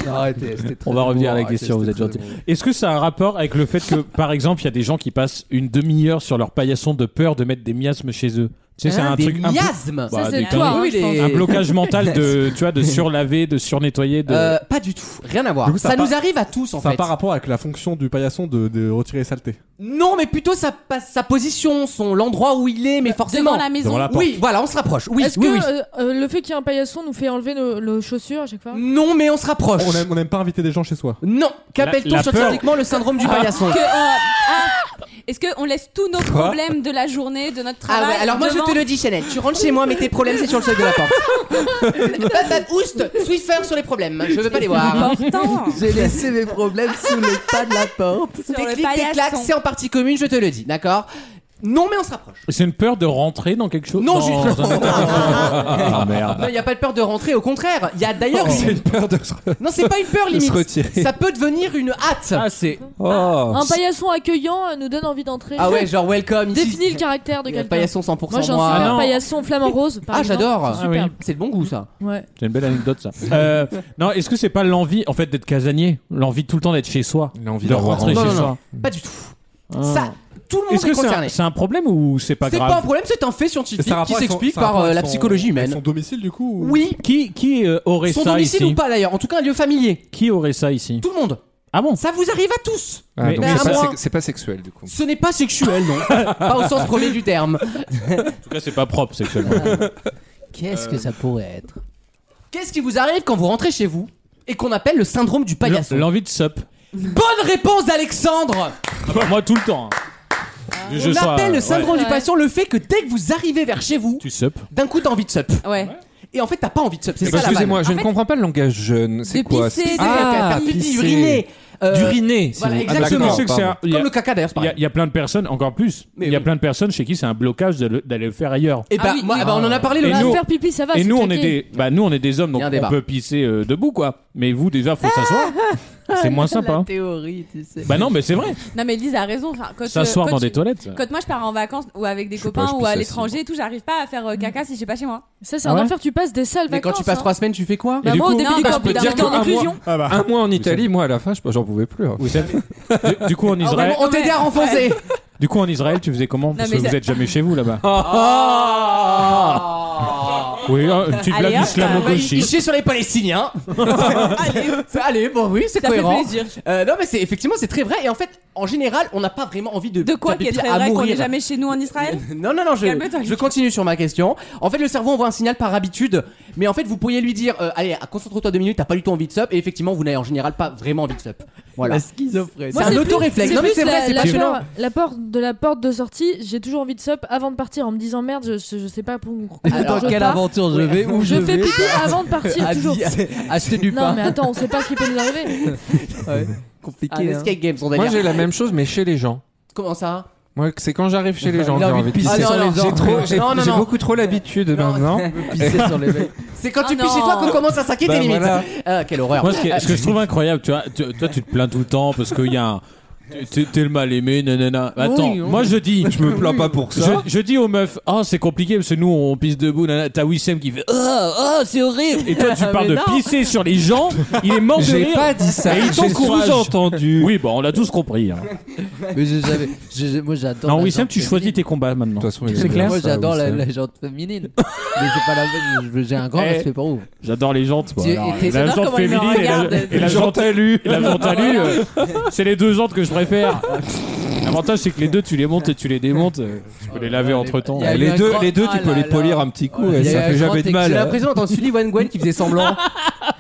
S6: Non, arrêtez, c'était très
S5: On va
S6: beau,
S5: revenir à la
S6: arrêtez,
S5: question, vous
S6: c'était
S5: êtes
S6: très
S5: gentil.
S6: beau.
S5: Est-ce que ça a un rapport avec le fait que, par exemple, il y a des gens qui passent une demi-heure sur leur paillasson de peur de mettre des miasmes chez eux Tu sais, c'est
S2: Hein,
S5: un
S2: des
S5: truc. un blo-
S2: miasmes.
S5: Bah,
S3: Ça,
S5: des
S3: c'est
S5: conneries.
S3: toi. hein,
S2: Oui,
S3: je pense.
S2: les-
S5: Un blocage mental de, tu vois, de surlaver, de surnettoyer, de.
S2: Euh, pas du tout, rien à voir.
S9: Du coup, ça
S2: ça
S9: a pas-
S2: nous arrive à tous en
S9: Ça n'a
S2: fait.
S9: pas rapport avec la fonction du paillasson de, de retirer les saletés.
S2: Non, mais plutôt sa, pa- sa position, son l'endroit où il est, mais forcément.
S8: Devant la maison.
S9: Devant la porte.
S2: Oui, voilà, on se rapproche. Oui,
S3: Est-ce
S2: oui,
S3: que
S2: oui.
S3: euh, euh, le fait qu'il y ait un paillasson nous fait enlever nos, nos chaussures à chaque fois
S2: Non, mais on se rapproche.
S9: On aime, on aime pas inviter des gens chez soi.
S2: Non,
S5: La-
S2: qu'appelle-t-on
S5: la
S2: scientifiquement le syndrome du paillasson
S8: Que, euh, ah, Est-ce qu'on laisse tous nos problèmes de la journée, de notre travail
S2: Ah ouais, alors moi
S8: devant-
S2: je te le dis Chanel, tu rentres chez moi mais tes problèmes c'est sur le seuil de la porte. Patate, oust, Swiffer sur les problèmes, je veux pas les voir. [LAUGHS]
S8: Important.
S6: J'ai laissé mes problèmes sous le pas de la porte.
S8: Sur
S2: Tes
S8: le
S2: clics, tes claques,
S8: paillasson.
S2: c'est en partie commune, je te le dis, d'accord Non mais on se rapproche.
S5: C'est une peur de rentrer dans quelque chose
S2: Non,
S5: dans-
S2: juste-
S5: dans un état- Ah merde.
S2: [LAUGHS] Non, il n'y a pas de peur de rentrer, au contraire, il y a d'ailleurs...
S5: Oh,
S4: C'est une peur de se, de
S2: Non, c'est pas une peur
S4: se
S2: limite,
S4: retirer.
S2: ça peut devenir une hâte.
S5: Ah, c'est.
S4: Oh.
S3: Ah, Un paillasson accueillant euh, nous donne envie d'entrer.
S2: Ah ouais, genre welcome ici.
S3: Définis le caractère de
S2: Il y a le
S3: quelqu'un.
S2: paillasson 100%
S3: Moi j'ai un
S2: moi.
S3: super
S5: non.
S3: paillasson flamant rose. par
S2: Ah,
S3: exemple.
S2: j'adore.
S3: C'est
S5: Ah oui.
S3: superbe.
S2: C'est le bon goût ça.
S3: Ouais.
S5: C'est une belle anecdote ça. Euh, non, est-ce que c'est pas l'envie en fait d'être casanier, l'envie tout le temps d'être chez soi,
S4: L'envie
S5: de rentrer
S2: Non,
S5: chez
S2: non, non.
S5: soi
S2: Pas du tout.
S5: Ah.
S2: Ça, tout le monde
S5: Est-ce
S2: est,
S5: que c'est un,
S2: concerné.
S5: c'est un problème ou c'est pas
S2: C'est
S5: grave
S2: pas un problème, c'est un fait scientifique
S9: Ça a
S2: qui
S9: rapport avec son-
S2: s'explique
S9: ça a rapport
S2: par euh,
S9: avec
S2: la
S9: son-
S2: psychologie
S9: avec
S2: humaine.
S9: Son domicile du coup ou-
S2: Oui,
S5: Qui, qui euh, aurait
S2: son
S5: ça
S2: domicile
S5: ici
S2: ou pas d'ailleurs, en tout cas un lieu familier.
S5: Qui aurait ça ici
S2: Tout le monde.
S5: Ah bon
S2: Ça vous arrive à tous.
S4: Ah,
S5: Mais-
S4: donc
S2: mais
S4: c'est
S2: à
S4: pas,
S2: moi-
S4: sex- c'est pas sexuel du coup.
S2: Ce n'est pas sexuel, non. pas au sens premier du terme.
S5: En tout cas, c'est pas propre sexuellement.
S6: Qu'est-ce que ça pourrait être
S2: Qu'est-ce qui vous arrive quand vous rentrez chez vous et qu'on appelle le syndrome du paillasson
S5: L'envie de sup.
S2: Bonne réponse d'Alexandre
S5: Ah bah, moi tout le temps. hein. Je- je
S2: On
S5: sois,
S2: appelle
S5: euh,
S2: le syndrome
S3: ouais.
S2: du paillasson le fait que dès que vous arrivez vers chez vous,
S5: ouais. Tu sup.
S2: d'un coup t'as envie de sup.
S8: Ouais.
S2: Et en fait t'as pas envie de sup, c'est
S4: Eh ben,
S2: ça la vanne.
S4: Excusez-moi, je ne comprends pas le langage jeune. C'est
S8: de
S4: quoi
S8: pisser,
S4: c'est-
S8: de-
S4: Ah,
S2: Faire pipi,
S4: pisser.
S2: uriner. euh,
S4: D'uriner.
S2: voilà,
S4: c'est bon. Ah,
S2: exactement.
S4: d'accord,
S5: Qu'est-ce que c'est
S4: pardon.
S5: un- il y a-
S2: Comme le caca d'ailleurs, c'est
S5: Il y, a,
S2: pareil.
S5: il y a plein de personnes, encore plus,
S2: Mais
S5: il y a
S2: oui.
S5: plein de personnes chez qui c'est un blocage de le- d'aller le faire ailleurs.
S2: Et bah,
S8: Ah oui,
S2: moi-
S8: oui.
S2: ah bah, on en a parlé
S5: Et
S2: le
S3: Ah,
S5: nous-
S3: faire pipi, ça va.
S5: Et
S3: c'est
S5: nous, on est
S3: claqué.
S5: des, bah, nous, on est des hommes, donc
S2: Il y a un
S5: on
S2: débat.
S5: peut pisser euh, debout, quoi. Mais vous, déjà, faut s'asseoir. C'est moins sympa. hein.
S6: théorie, tu sais.
S5: Bah non, mais c'est vrai.
S8: Non mais Lise a raison. Enfin, quand, euh,
S5: S'asseoir
S8: quand
S5: dans
S8: tu-
S5: des toilettes. ça.
S8: Quand moi je pars en vacances ou avec des
S4: Je sais
S8: copains
S4: pas, je
S8: ou
S4: pisse
S8: à
S4: assis,
S8: l'étranger et tout, j'arrive pas à faire euh, caca si j'ai pas chez moi.
S3: Ça, c'est
S5: Ah
S3: un
S5: ouais
S3: enfer. Tu passes des sales
S2: Mais
S3: vacances.
S2: quand tu passes
S3: hein.
S2: trois semaines, tu fais quoi
S3: Bah,
S5: Et
S3: moi, au
S5: du coup-
S3: début
S8: Non,
S3: du
S8: bah,
S3: camp,
S8: je peux
S3: j'étais
S8: dire
S3: en
S8: que un mois-
S3: inclusion.
S9: Ah bah.
S4: Un mois en Italie, moi à la fin, je- j'en pouvais plus. hein.
S5: Vous savez- du, du coup, en
S2: Ah,
S5: Israël,
S2: vraiment, On t'aidait à renfoncer.
S5: du coup, en Israël, tu faisais comment Parce
S8: mais
S5: que vous
S8: ça-
S5: êtes jamais chez vous
S8: [LAUGHS]
S5: là-bas.
S2: Oh. Ah
S5: Oui, hein, une petite
S8: Allez,
S5: blague
S8: hop,
S2: Il
S5: islamo-gauchiste.
S2: chie sur les [LAUGHS] Palestiniens. allez, allez, bon oui, c'est
S8: Ça fait
S2: cohérent.
S8: plaisir.
S2: Euh, non mais c'est effectivement c'est très vrai et en fait en général on n'a pas vraiment envie de
S8: De quoi
S2: faire
S8: qui est
S2: pipi
S8: très
S2: à
S8: vrai qu'on
S2: mourir.
S8: est jamais chez nous en Israël
S2: Non non non je,
S8: Calme-toi,
S2: je
S8: Luc.
S2: continue sur ma question. En fait le cerveau envoie un signal par habitude mais en fait vous pourriez lui dire euh, allez concentre-toi deux minutes t'as pas du tout envie de sup et effectivement vous n'avez en général pas vraiment envie de sup. Voilà.
S6: La schizophrénie.
S2: C'est
S3: Moi,
S2: un
S3: plus-
S2: autoréflexe. Non mais
S3: plus
S2: c'est vrai
S3: la-
S2: c'est
S3: la
S2: passionnant.
S3: [LAUGHS] peur- La porte de la porte de sortie, j'ai toujours envie de sup avant de partir en me disant merde, je, je- je sais pas pour
S6: Dans
S3: je
S6: quelle
S3: pars.
S6: aventure je vais où
S3: Je,
S6: je
S3: fais
S6: vais
S3: pipi avant de partir
S6: Ah,
S3: toujours.
S6: dis- Acheter du
S3: Non
S6: pain.
S3: mais attends, on sait pas ce qui peut nous arriver.
S2: [LAUGHS]
S6: Ouais.
S2: Ah,
S6: Compliqué.
S2: les
S6: hein.
S2: skate games on va
S4: Moi
S2: dire.
S4: j'ai la même chose, mais chez les gens.
S2: Comment ça
S4: Moi, c'est quand j'arrive chez les gens
S6: Il
S4: que
S6: a
S4: j'ai
S6: envie de
S4: envie de
S6: pisser
S4: pisser.
S2: sur les gens.
S4: J'ai trop- j'ai-
S2: Non, non,
S4: j'ai
S2: non.
S4: beaucoup trop l'habitude maintenant.
S6: Pisser sur les mecs.
S2: C'est quand
S8: Ah
S2: tu piches
S8: non.
S2: chez toi qu'on commence à s'inquiéter
S4: Bah,
S2: limite.
S4: voilà.
S2: Ah, quelle horreur.
S5: Moi, ce que, ce que je trouve incroyable, tu vois, tu- toi, tu te plains tout le temps parce qu'il y a un. T'es t'es le mal aimé, nanana. Attends,
S4: Oui, oui.
S5: moi je dis.
S4: Je me plains pas pour ça.
S5: Je, je dis aux meufs, oh c'est compliqué parce que nous on pisse debout, nanana. T'as Wissem qui fait, oh, oh c'est horrible. Et
S8: Ah,
S5: toi tu parles de pisser sur les gens, il est mort de
S4: J'ai
S5: rire.
S4: pas dit ça.
S5: Et il
S4: J'ai
S5: t'encourage.
S4: sous-entendu.
S5: Oui, bon, on l'a tous compris. hein.
S6: Mais j'ai jamais- j'ai- Moi, j'adore.
S5: Non,
S6: la
S5: Wissem,
S6: gente
S5: tu
S6: féminine.
S5: choisis tes combats maintenant.
S4: De toute façon, il
S5: C'est
S4: aime
S5: clair.
S4: bien
S6: Moi,
S4: ça,
S6: j'adore la,
S4: Wissem.
S6: la gente féminine.
S2: [LAUGHS]
S6: Mais c'est pas la même. J'ai un grand
S5: Eh.
S6: respect pour vous.
S5: J'adore les jantes. moi.
S6: Tu-
S5: Alors,
S6: et t'es-
S5: la
S8: j'adore
S5: jante
S8: comment il me
S5: féminine et la,
S8: regarde.
S5: et la jante alue. La jante alue, euh, c'est les deux jantes que je préfère. L'avantage, c'est que les deux, tu les montes et tu les démontes. euh, Tu peux les laver entre temps.
S6: Il y a eu
S4: Les
S6: un
S4: deux,
S6: grand-
S4: les deux,
S6: Ah
S4: tu peux
S6: là
S4: les
S6: là.
S4: polir un petit coup.
S6: Il y
S9: eh,
S4: et
S6: a eu
S4: Ça
S6: un
S4: fait
S6: grand
S4: jamais de
S6: texte.
S4: mal.
S2: J'ai
S9: hein.
S2: l'impression d'entendre Sully Van Gwen qui faisait semblant.
S3: [LAUGHS]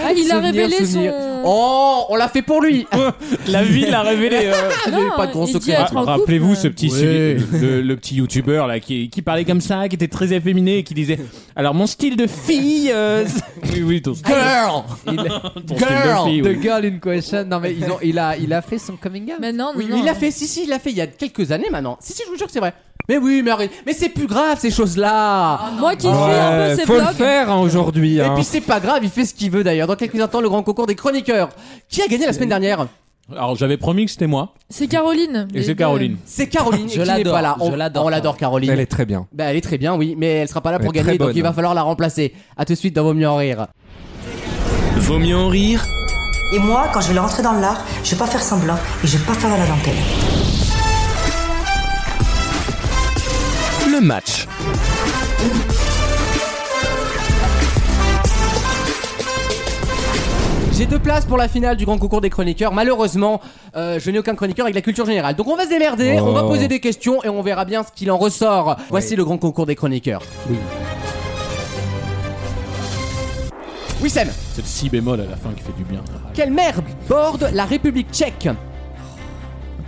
S3: Ah, il a
S6: Souvenir,
S3: révélé
S6: souvenir.
S3: son.
S2: Oh, on l'a fait pour lui.
S5: La vie l'a révélé. euh.
S2: Il n'y a eu pas de grand
S3: il dit
S2: secret.
S3: être en couple,
S5: Rappelez-vous
S3: euh.
S5: ce petit su- le, le petit youtubeur là qui, qui parlait comme ça, qui était très efféminé et qui disait alors mon style de fille euh, c'est- oui oui ton, ton
S2: Girl.
S5: style
S2: Girl.
S5: de fille oui.
S6: The girl in question. Non, mais ils ont, il, a, il a fait son coming out.
S3: Mais non,
S2: Oui,
S3: non,
S2: mais il l'a
S3: non.
S2: fait. Si, si, il l'a fait il y a quelques années maintenant. Si, si, je vous jure que c'est vrai. Mais oui, mais arrête. Mais c'est plus grave ces choses-là.
S3: Moi qui suis un peu
S4: Ouais,
S3: ses
S4: Faut le
S3: blogs,
S4: faire hein, aujourd'hui.
S2: Et
S4: hein.
S2: puis c'est pas grave, il fait ce qu'il veut d'ailleurs. Dans quelques instants, le grand concours des chroniqueurs. Qui a gagné la semaine dernière
S5: alors j'avais promis que c'était moi
S3: c'est Caroline.
S5: et c'est Caroline
S2: C'est Caroline
S6: Je
S2: qui n'est
S6: l'adore,
S2: pas là. On
S6: je l'adore,
S2: on l'adore Caroline.
S4: Elle est très bien.
S2: Bah, elle est très bien, oui, mais elle sera pas là
S4: Elle
S2: pour
S4: est très
S2: gagner, donc il
S4: bonne.
S2: va falloir la remplacer. À tout de suite dans Vaut mieux en rire.
S1: Vaut mieux en rire
S10: Et moi, quand je vais rentrer dans l'art, je vais pas faire semblant et je vais pas faire à la dentelle.
S1: le match.
S2: J'ai deux places pour la finale du grand concours des chroniqueurs. Malheureusement, euh, je n'ai aucun chroniqueur avec la culture générale. Donc on va se démerder, on va
S4: Oh.
S2: poser des questions et on verra bien ce qu'il en ressort. Voici le grand concours des chroniqueurs. Oui. Oui, Sam,
S5: c'est le si bémol à la fin qui fait du bien
S2: quelle mer borde la République tchèque
S5: à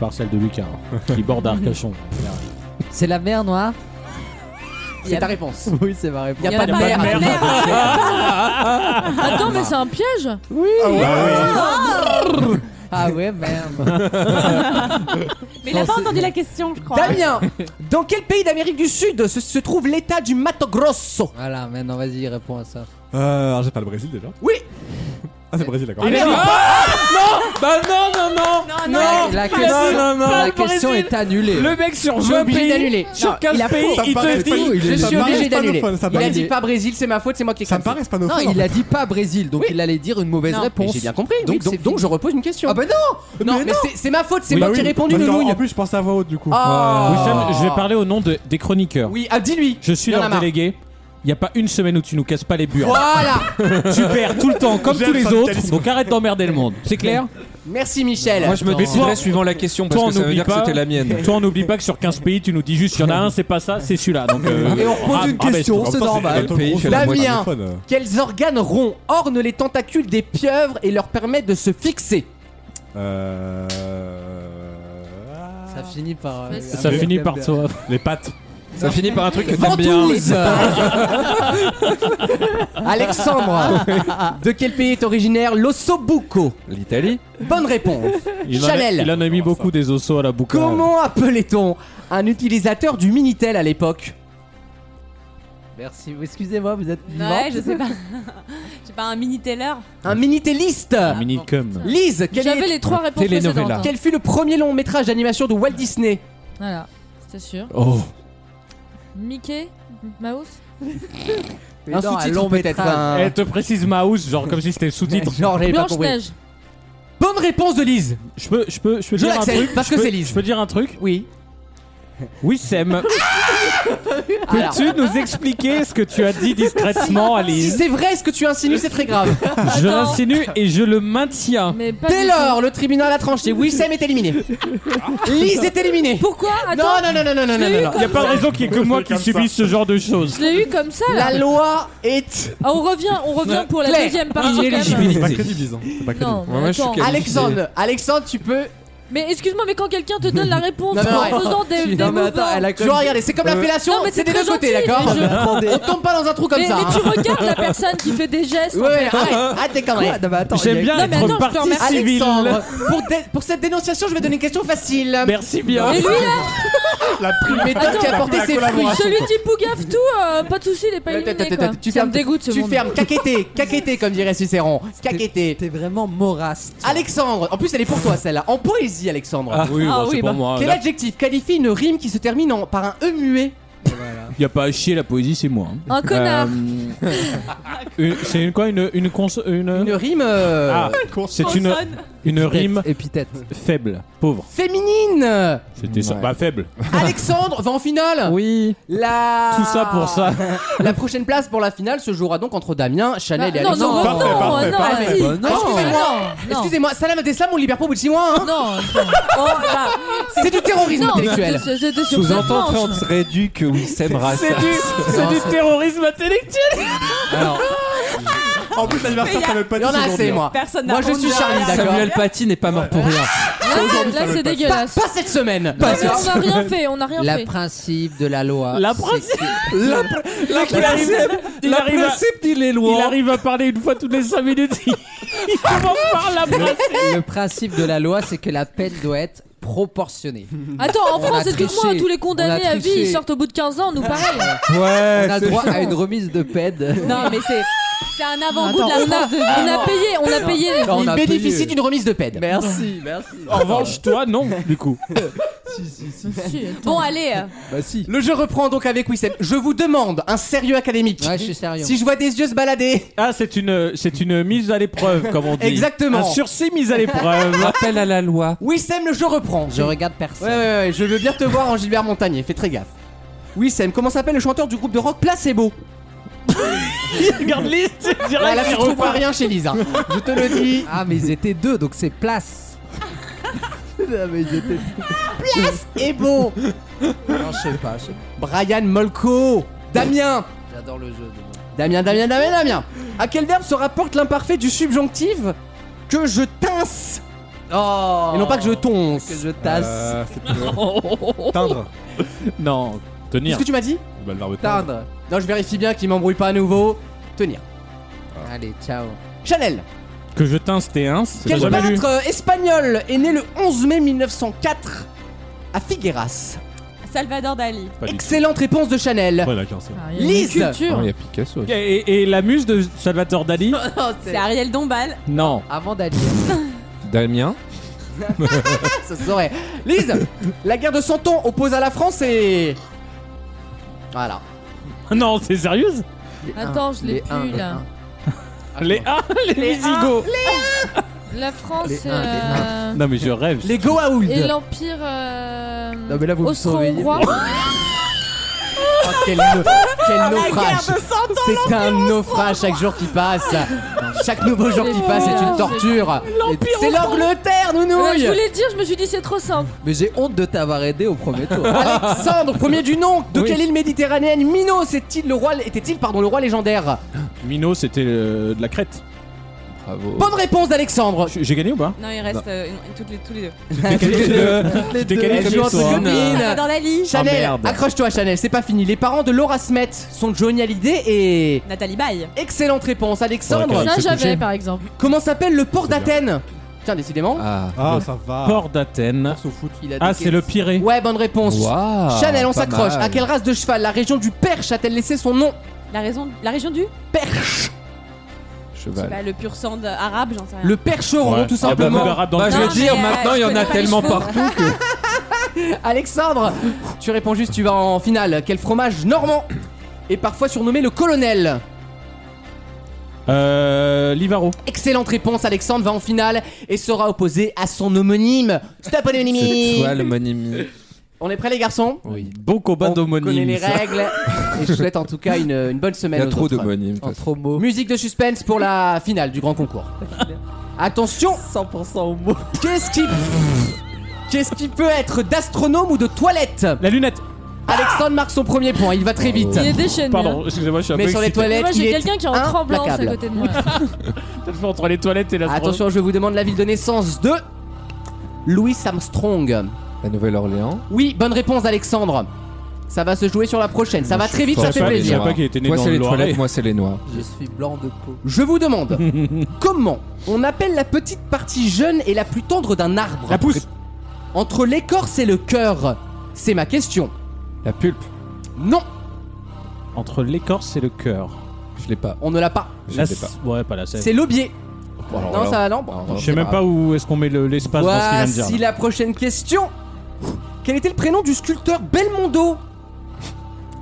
S5: part celle de Lucas hein, qui [LAUGHS] borde Arcachon
S6: C'est la mer noire.
S2: C'est ta réponse.
S6: [LAUGHS] Oui, c'est ma réponse.
S2: Il n'y a, pas de
S3: pas
S2: mer.
S3: de Attends, mais c'est un piège
S6: Ah ouais, merde.
S8: Mais il a pas
S6: Pensez-
S8: entendu la question, je crois.
S2: Damien, dans quel pays d'Amérique du Sud se, se trouve l'état du Mato Grosso
S6: Voilà, maintenant, vas-y, réponds à ça.
S9: Euh, alors j'ai pas le Brésil déjà.
S2: Oui.
S9: Ah, c'est le Brésil, d'accord.
S4: Bah non, non, non.
S2: Ah
S8: Non, non, il a-
S6: La question,
S4: non, non,
S6: la
S4: le
S6: question est annulée.
S5: le mec sur
S2: Je suis obligé d'annuler. Non, il a faux.
S9: Ça me paraît pas- il
S2: Je
S9: est- ça
S2: suis
S9: me
S2: obligé
S9: paraît
S2: d'annuler.
S9: hispanophone, ça me
S2: Il a
S9: paraît-
S2: dit pas Brésil, c'est ma faute, c'est moi qui ai
S9: Ça me
S2: cassé.
S9: paraît pas
S6: Non, il a dit pas Brésil, donc
S2: Oui.
S6: il allait dire une mauvaise
S8: Non.
S2: Mais
S6: réponse.
S2: J'ai bien compris. oui.
S6: Donc
S2: Donc,
S6: c'est
S2: donc
S6: fini.
S2: je repose une question.
S6: Ah bah non
S2: non,
S9: mais
S2: mais c'est- c'est ma faute, c'est
S9: Oui,
S2: moi
S9: bah
S2: qui ai
S9: oui.
S2: répondu le
S9: Parce qu'en-
S2: nouille.
S9: En plus, je pensais à voix haute du coup.
S2: Ah.
S5: Oui, Sam, je vais parler au nom de- des chroniqueurs
S2: Oui, ah dis-lui.
S5: je suis
S2: Il y en a
S5: leur
S2: marre.
S5: délégué il n'y a pas une semaine où tu nous casses pas les burnes
S2: Voilà.
S5: tu perds tout le temps comme
S9: J'aime
S5: tous les
S9: son
S5: autres
S9: vitalisme.
S5: donc arrête d'emmerder le monde
S2: [LAUGHS]
S5: c'est clair
S2: Merci Michel.
S4: Moi, je me
S5: Mais toi-
S4: déciderai suivant la question parce
S5: Toi,
S4: que
S5: on
S4: ça veut
S5: n'oublie
S4: dire que
S5: pas-
S4: c'était la mienne.
S5: Toi, on n'oublie pas que sur 15 pays, tu nous dis juste, il y en a un, c'est pas ça, c'est celui-là. Donc, euh,
S2: Et on repose
S5: ah,
S2: une
S5: ah, bah,
S2: question,
S5: c'est-
S2: c'est normal.
S4: Quel pays fait la moitié euh.
S2: Damien,
S9: téléphone.
S2: quels organes ronds ornent les tentacules des pieuvres et leur permettent de se fixer
S9: Euh.
S6: Ah. Ça finit par. euh,
S5: Ça
S6: un
S5: finit
S6: peu-
S5: par toi.
S9: Les pattes.
S4: Ça finit par un truc que t'aimes bien.
S2: Ventouse
S6: [LAUGHS]
S2: Alexandre, de quel pays est originaire l'ossobuco
S4: L'Italie.
S2: Bonne réponse.
S5: Il en a-
S2: Chanel.
S5: il en a mis beaucoup des osseaux à la boucle.
S2: Comment appelait-on un utilisateur du Minitel à l'époque
S6: Merci. Excusez-moi, vous êtes. vivant
S8: Ouais, je sais pas. [LAUGHS] J'ai pas un mini teller.
S2: Un Minitéliste
S5: Minicum.
S2: Lise, quel, est-
S3: J'avais les trois réponses
S4: telenovela.
S3: précédentes. hein.
S2: quel fut le premier long métrage d'animation de Walt Disney
S3: Voilà, c'était sûr.
S5: Oh,
S3: Mickey Mouse
S6: Mais
S2: Un
S6: non, un
S2: sous-titre
S6: long
S2: peut-être.
S6: métrage.
S2: un-
S5: elle Eh, te précise Mouse, genre comme si c'était le sous-titre.
S2: Ah. Genre, j'avais Eh, pas compris.
S3: Blanche-Neige.
S2: Bonne réponse de Lise.
S5: Je peux, je peux, je peux
S2: Je
S5: dire un
S2: l'accepte,
S5: truc.
S2: parce
S5: Je
S2: que
S5: peux-
S2: c'est Lise.
S5: Je peux dire un truc.
S2: Oui.
S5: Oui, Sam.
S3: Ah
S2: Alors,
S5: Peux-tu nous expliquer ce que tu as dit discrètement
S3: Ah,
S5: à
S2: si
S5: Lise
S2: c'est vrai ce que tu insinues, c'est très grave.
S5: Je l'insinue et je le maintiens.
S3: Mais pas
S2: Dès
S3: du
S2: lors,
S3: tout.
S2: le tribunal a tranché. Wissem est éliminé. Lise est éliminée.
S3: Pourquoi Attends,
S2: non, non, non, non, non, non,
S3: l'ai
S2: non,
S3: eu
S2: non.
S5: Il n'y a pas de raison qu'il y ait que moi qui subisse ce genre de choses.
S3: je l'ai eu comme ça. là.
S2: La loi est.
S3: Ah, on revient, on revient pour la
S2: Claire,
S3: deuxième partie. quand même.
S9: C'est pas
S4: Inéligibilité.
S9: crédibilisant. C'est pas crédible.
S3: Non, mais
S4: Ouais, moi, je suis
S3: attends.
S4: qualifié.
S2: Alexandre, Alexandre, tu peux
S3: Mais excuse-moi, mais quand quelqu'un te donne la réponse
S2: Non, mais
S3: en
S2: arrête.
S3: faisant des,
S2: Tu-
S3: des
S2: non, mais
S3: mouvements-
S2: attends, elle a- Tu vois, regardez, c'est comme
S6: Euh.
S2: la fellation,
S3: Non, mais
S2: c'est des
S3: très
S2: deux côtés,
S3: gentil,
S2: d'accord
S3: mais
S2: On tombe pas dans un trou comme
S3: mais,
S2: ça,
S3: Mais tu
S2: hein.
S3: regardes la personne qui fait des gestes.
S2: Ouais,
S3: en
S2: ouais,
S3: fait.
S2: arrête, arrête tes conneries.
S6: J'aime il y a- bien
S3: Non, mais
S6: être
S3: Bah, attends, je te
S6: partie
S3: remercie.
S6: civile.
S2: Alexandre, pour, dé- pour cette dénonciation, je vais donner une question facile.
S5: Merci bien.
S3: Et lui, là,
S9: La
S2: Mais toi qui as porté ses fruits.
S3: celui qui pougave tout, euh, pas de soucis, il est pas
S2: Attends,
S3: éliminé,
S2: attends,
S3: quoi.
S2: attends, tu
S3: Ça
S2: fermes,
S3: me dégoûte, ce
S2: tu
S3: monde.
S2: fermes, caqueté, caqueté comme dirait Cicéron, caqueté.
S6: T'es vraiment moraste.
S2: Alexandre, en plus elle est pour toi celle-là. En poésie, Alexandre.
S5: Ah oui,
S3: Ah
S5: bah,
S3: oui,
S5: c'est
S3: bah.
S5: pour moi.
S2: Quel adjectif qualifie une rime qui se termine en- par un e muet
S5: Il y a pas à chier la poésie, c'est moi. hein.
S3: Un connard.
S5: Euh,
S3: Ah.
S5: une- c'est une quoi Une une cons-
S2: Une rime euh,
S5: Hein Ah, c'est une une rime
S6: Épithète.
S5: faible, pauvre. [LAUGHS]
S2: féminine.
S5: C'était ça.
S6: Ouais.
S5: Bah faible.
S2: Alexandre va en finale.
S4: Oui.
S2: La...
S5: Tout ça
S3: Ah.
S5: pour ça.
S2: La prochaine place pour la finale se jouera donc entre Damien, Chanel et
S3: Bah, non, non,
S2: Alexandre.
S3: non, non,
S9: Parfait, parfait,
S3: non,
S9: parfait.
S3: si.
S6: Bah, non.
S3: Ah,
S2: Excusez-moi.
S3: non.
S2: Excusez-moi, Salam Adeslam, on le libère pas au bout de 6 mois. hein.
S3: Non, oh là,
S2: C'est du terrorisme
S3: non,
S2: intellectuel.
S3: je- je- j'étais sur cette
S4: Sous-entend
S3: manche.
S4: France réduit que Wissem Rassam.
S2: C'est du terrorisme intellectuel.
S6: Ah,
S9: En plus, l'anniversaire, ça veut pas
S2: Il y en
S9: dire
S2: a assez,
S9: aujourd'hui, hein.
S2: moi.
S8: Personne
S2: Moi,
S8: n'a
S2: je suis Charlie, d'accord.
S4: Samuel Paty n'est pas mort pour rien.
S3: Ah, Là, c'est
S2: Pas,
S3: dégueulasse.
S2: pas cette semaine.
S3: Non, mais on n'a rien fait, on n'a rien
S6: La
S3: fait.
S6: principe de la loi.
S3: Ah,
S5: La
S6: c'est-
S5: principe-
S4: La, la,
S5: Il arrive- il
S4: la
S5: arrive à-
S4: principe dit les
S5: Il
S4: lois.
S5: arrive à parler une fois toutes les 5 minutes. [LAUGHS] Il commence par la
S6: Le principe de la loi, c'est que la peine doit être proportionnée.
S3: Attends, en
S6: a
S3: France, excuse-moi,
S6: triché.
S3: tous les
S6: On
S3: condamnés
S6: a
S3: à vie, ils
S6: triché.
S3: sortent au bout de 15 ans, nous pareil.
S9: Ouais,
S6: On a
S9: c'est
S6: droit
S9: chiant.
S6: à une remise de peine.
S8: Non, mais c'est c'est un avant-goût
S3: On
S8: de la
S3: a,
S8: France de
S3: on a payé, on a payé.
S6: Non, on
S2: Il
S6: a
S2: bénéficie
S6: payé.
S2: d'une remise de pède.
S6: Merci, merci.
S5: En revanche, toi, non, du coup.
S8: Bon, allez. euh,
S6: Bah si.
S2: Le jeu reprend donc avec Wissem. Je vous demande un sérieux académique.
S6: Ouais, je suis sérieux.
S2: Si je vois des yeux se balader,
S5: Ah, c'est une, c'est une mise à l'épreuve, comme on dit.
S2: Exactement.
S5: Un sursis mise à l'épreuve. [LAUGHS]
S4: Appel à la loi.
S2: Wissem, le jeu reprend.
S6: Je
S2: Ouais,
S6: regarde personne.
S2: ouais, ouais, je veux bien te voir en Gilbert Montagnier, fais très gaffe. Wissem, comment s'appelle le chanteur du groupe de rock
S6: [LAUGHS]
S2: Placebo
S5: Regarde liste direct.
S2: Là, là tu
S5: il
S2: trouveras
S5: repart.
S2: rien chez Lisa. Je te le dis.
S6: [LAUGHS] Ah, mais ils étaient deux, donc c'est place. Ah, mais ils étaient deux.
S2: Et bon,
S6: Non, je sais pas. je sais pas.
S2: Brian Molko, Damien,
S6: J'adore le jeu. de moi.
S2: Damien, Damien, Damien, Damien. À quel verbe se rapporte l'imparfait du subjonctif que je tince
S6: Oh
S2: Et non pas que je tonce.
S6: Que je tasse.
S9: Euh, c'est plus- Teindre.
S5: Non,
S2: Qu'est-ce
S5: tenir.
S2: que tu m'as dit
S9: Bah, le verbe teindre.
S6: Teindre.
S2: Non, je vérifie bien qu'il m'embrouille pas à nouveau. Tenir.
S5: Ah.
S6: Allez, ciao.
S2: Chanel,
S5: Que je tince tes ins. c'est
S2: quel
S5: pas jamais lu.
S2: peintre espagnol est né le 11 mai 1904 à Figueras
S8: Salvador Dali.
S5: Pas du tout.
S2: Excellente réponse de Chanel.
S9: Ouais, il a qu'un seul.
S3: Ah, il y a une
S2: Lise
S3: culture.
S9: Non, il y a Picasso.
S5: Et, et- et la muse de Salvatore [LAUGHS] Dali
S3: Oh,
S8: C'est Ariel Dombal.
S5: Non.
S6: Avant
S2: [LAUGHS]
S6: d'aller.
S9: Damien.
S2: Ah, Ça se saurait. Lise, la guerre de 100 ans oppose à la France et. Voilà.
S5: Non, c'est sérieuse
S3: Attends, je l'ai
S6: Les uns,
S3: plus
S6: les
S3: là.
S6: uns.
S5: Les A, Ah, les, Visigoths.
S3: La France
S6: Les uns,
S3: euh,
S5: Non, mais je rêve.
S2: Les Goa'uld.
S3: et l'Empire. euh,
S6: Non, mais là, vous me sauvez.
S3: Austro-Hongrois.
S2: Oh, quel, na- quel naufrage. C'est un naufrage chaque jour qui passe.
S3: Ah.
S2: Chaque nouveau jour qui passe est une torture. C'est l'Angleterre,
S3: Ouais, Je
S2: nounouille.
S3: voulais le dire, je me suis dit c'est trop simple.
S6: Mais j'ai honte de t'avoir aidé au premier tour.
S2: [LAUGHS] Alexandre, premier du nom, de
S5: Oui.
S2: quelle île méditerranéenne Minos est-il le roi était-il pardon le roi légendaire
S5: Mino, c'était euh, de la crête.
S6: Oh.
S9: Bravo.
S2: Bonne réponse d'Alexandre.
S5: J'ai j'ai gagné ou pas
S8: Non, il reste euh, une- toutes les, tous les deux.
S5: T'es
S2: [LAUGHS]
S5: qualifié de- t'es qualifié
S2: Elles
S5: de
S2: jouent entre
S5: soir.
S2: copines.
S3: Ah,
S8: Salvador Dali.
S6: Ah,
S2: Chanel,
S5: merde.
S2: accroche-toi Chanel, c'est pas fini. Les parents de Laura Smet sont Johnny Hallyday et
S8: Nathalie Baye.
S2: excellente réponse Alexandre.
S5: Ouais,
S3: Ça
S5: se
S3: j'avais
S5: coucher.
S3: par exemple.
S2: Comment s'appelle le port d'Athènes Tiens décidément.
S4: Ah.
S9: Ah, ça va.
S5: Port d'Athènes.
S9: Force au foot.
S2: Il a
S5: Ah,
S2: des
S5: c'est
S2: questions.
S5: le piré.
S2: Ouais, bonne réponse.
S4: Waouh,
S2: Chanel, on
S4: pas
S2: s'accroche.
S4: mal.
S2: À quelle race de cheval la région du Perche a-t-elle laissé son nom
S8: La, raison, la région du
S2: Perche
S8: Je sais
S4: Cheval.
S8: pas, Bah, le pur sang de- arabe, j'en sais rien.
S2: Le percheron,
S5: Ouais.
S2: tout
S5: Ah, bah,
S2: simplement.
S5: bah, bah, arabe dans
S4: Bah,
S5: le
S4: je
S8: Non,
S4: veux
S8: mais,
S4: dire,
S8: euh,
S4: maintenant, il y
S8: je
S4: en
S8: connais
S4: a
S8: pas les
S4: tellement
S8: chevaux.
S4: partout que.
S2: Alexandre, tu réponds juste, tu vas en finale. Quel fromage normand est parfois surnommé le colonel
S5: Euh, Livaro.
S2: Excellente réponse, Alexandre va en finale et sera opposé à son homonyme.
S4: [LAUGHS]
S2: Stop homonymie
S4: Toi, le monimi.
S2: On est prêts les garçons
S5: Oui. Bon combat
S2: On connaît les
S5: d'homonyme. ça.
S2: règles et je souhaite en tout cas une, une bonne
S4: Il
S2: semaine
S4: y a
S2: aux
S4: trop
S2: autres.
S4: d'homonymes. de toute façon.
S6: Trop mot.
S2: Musique de suspense pour la finale du
S4: [LAUGHS]
S2: grand concours. Attention
S6: 100% homo.
S2: Qu'est-ce qui. Qu'est-ce qui peut être d'astronome ou de toilette
S5: La lunette.
S2: Alexandre marque son premier point, il va très vite.
S3: Il est déchaîné. hein.
S5: Pardon, Bah, excusez-moi, je suis un peu
S2: Mais sur les
S5: excité.
S2: toilettes,
S3: Moi
S2: il
S3: j'ai
S2: est
S3: quelqu'un qui est en tremblance à
S2: implacable.
S3: côté de moi.
S5: Entre les toilettes et la
S2: Attention, je vous demande la ville de naissance de Louis Armstrong.
S9: La Nouvelle-Orléans.
S2: Oui, bonne réponse Alexandre. Ça va se jouer sur la prochaine. Ça va très vite,
S5: je
S2: ça
S5: savais
S2: fait
S5: pas, mais
S2: plaisir.
S5: je savais pas qu'il était né
S9: Moi,
S5: dans
S9: c'est
S5: le
S9: les
S5: Loiret.
S9: toilettes, moi, c'est les noirs.
S6: Je suis blanc de peau.
S2: Je vous
S5: [LAUGHS]
S2: demande comment on appelle la petite partie jeune et la plus tendre d'un arbre
S5: La pousse.
S2: Entre l'écorce et le cœur. C'est ma question.
S9: La pulpe,
S2: Non,
S5: Entre l'écorce et le cœur.
S9: je l'ai pas.
S2: on ne l'a pas.
S9: Je
S5: La
S9: l'ai
S5: s- Ouais, Oh, pas la scène.
S2: C'est l'aubier.
S9: pas. Alors,
S2: Non,
S9: alors,
S2: ça va, non. bon.
S9: alors,
S5: Je sais même pas où est-ce qu'on met le- l'espace dans ce qu'il vient de dire.
S2: Voici la prochaine question. Quel était le prénom du sculpteur Belmondo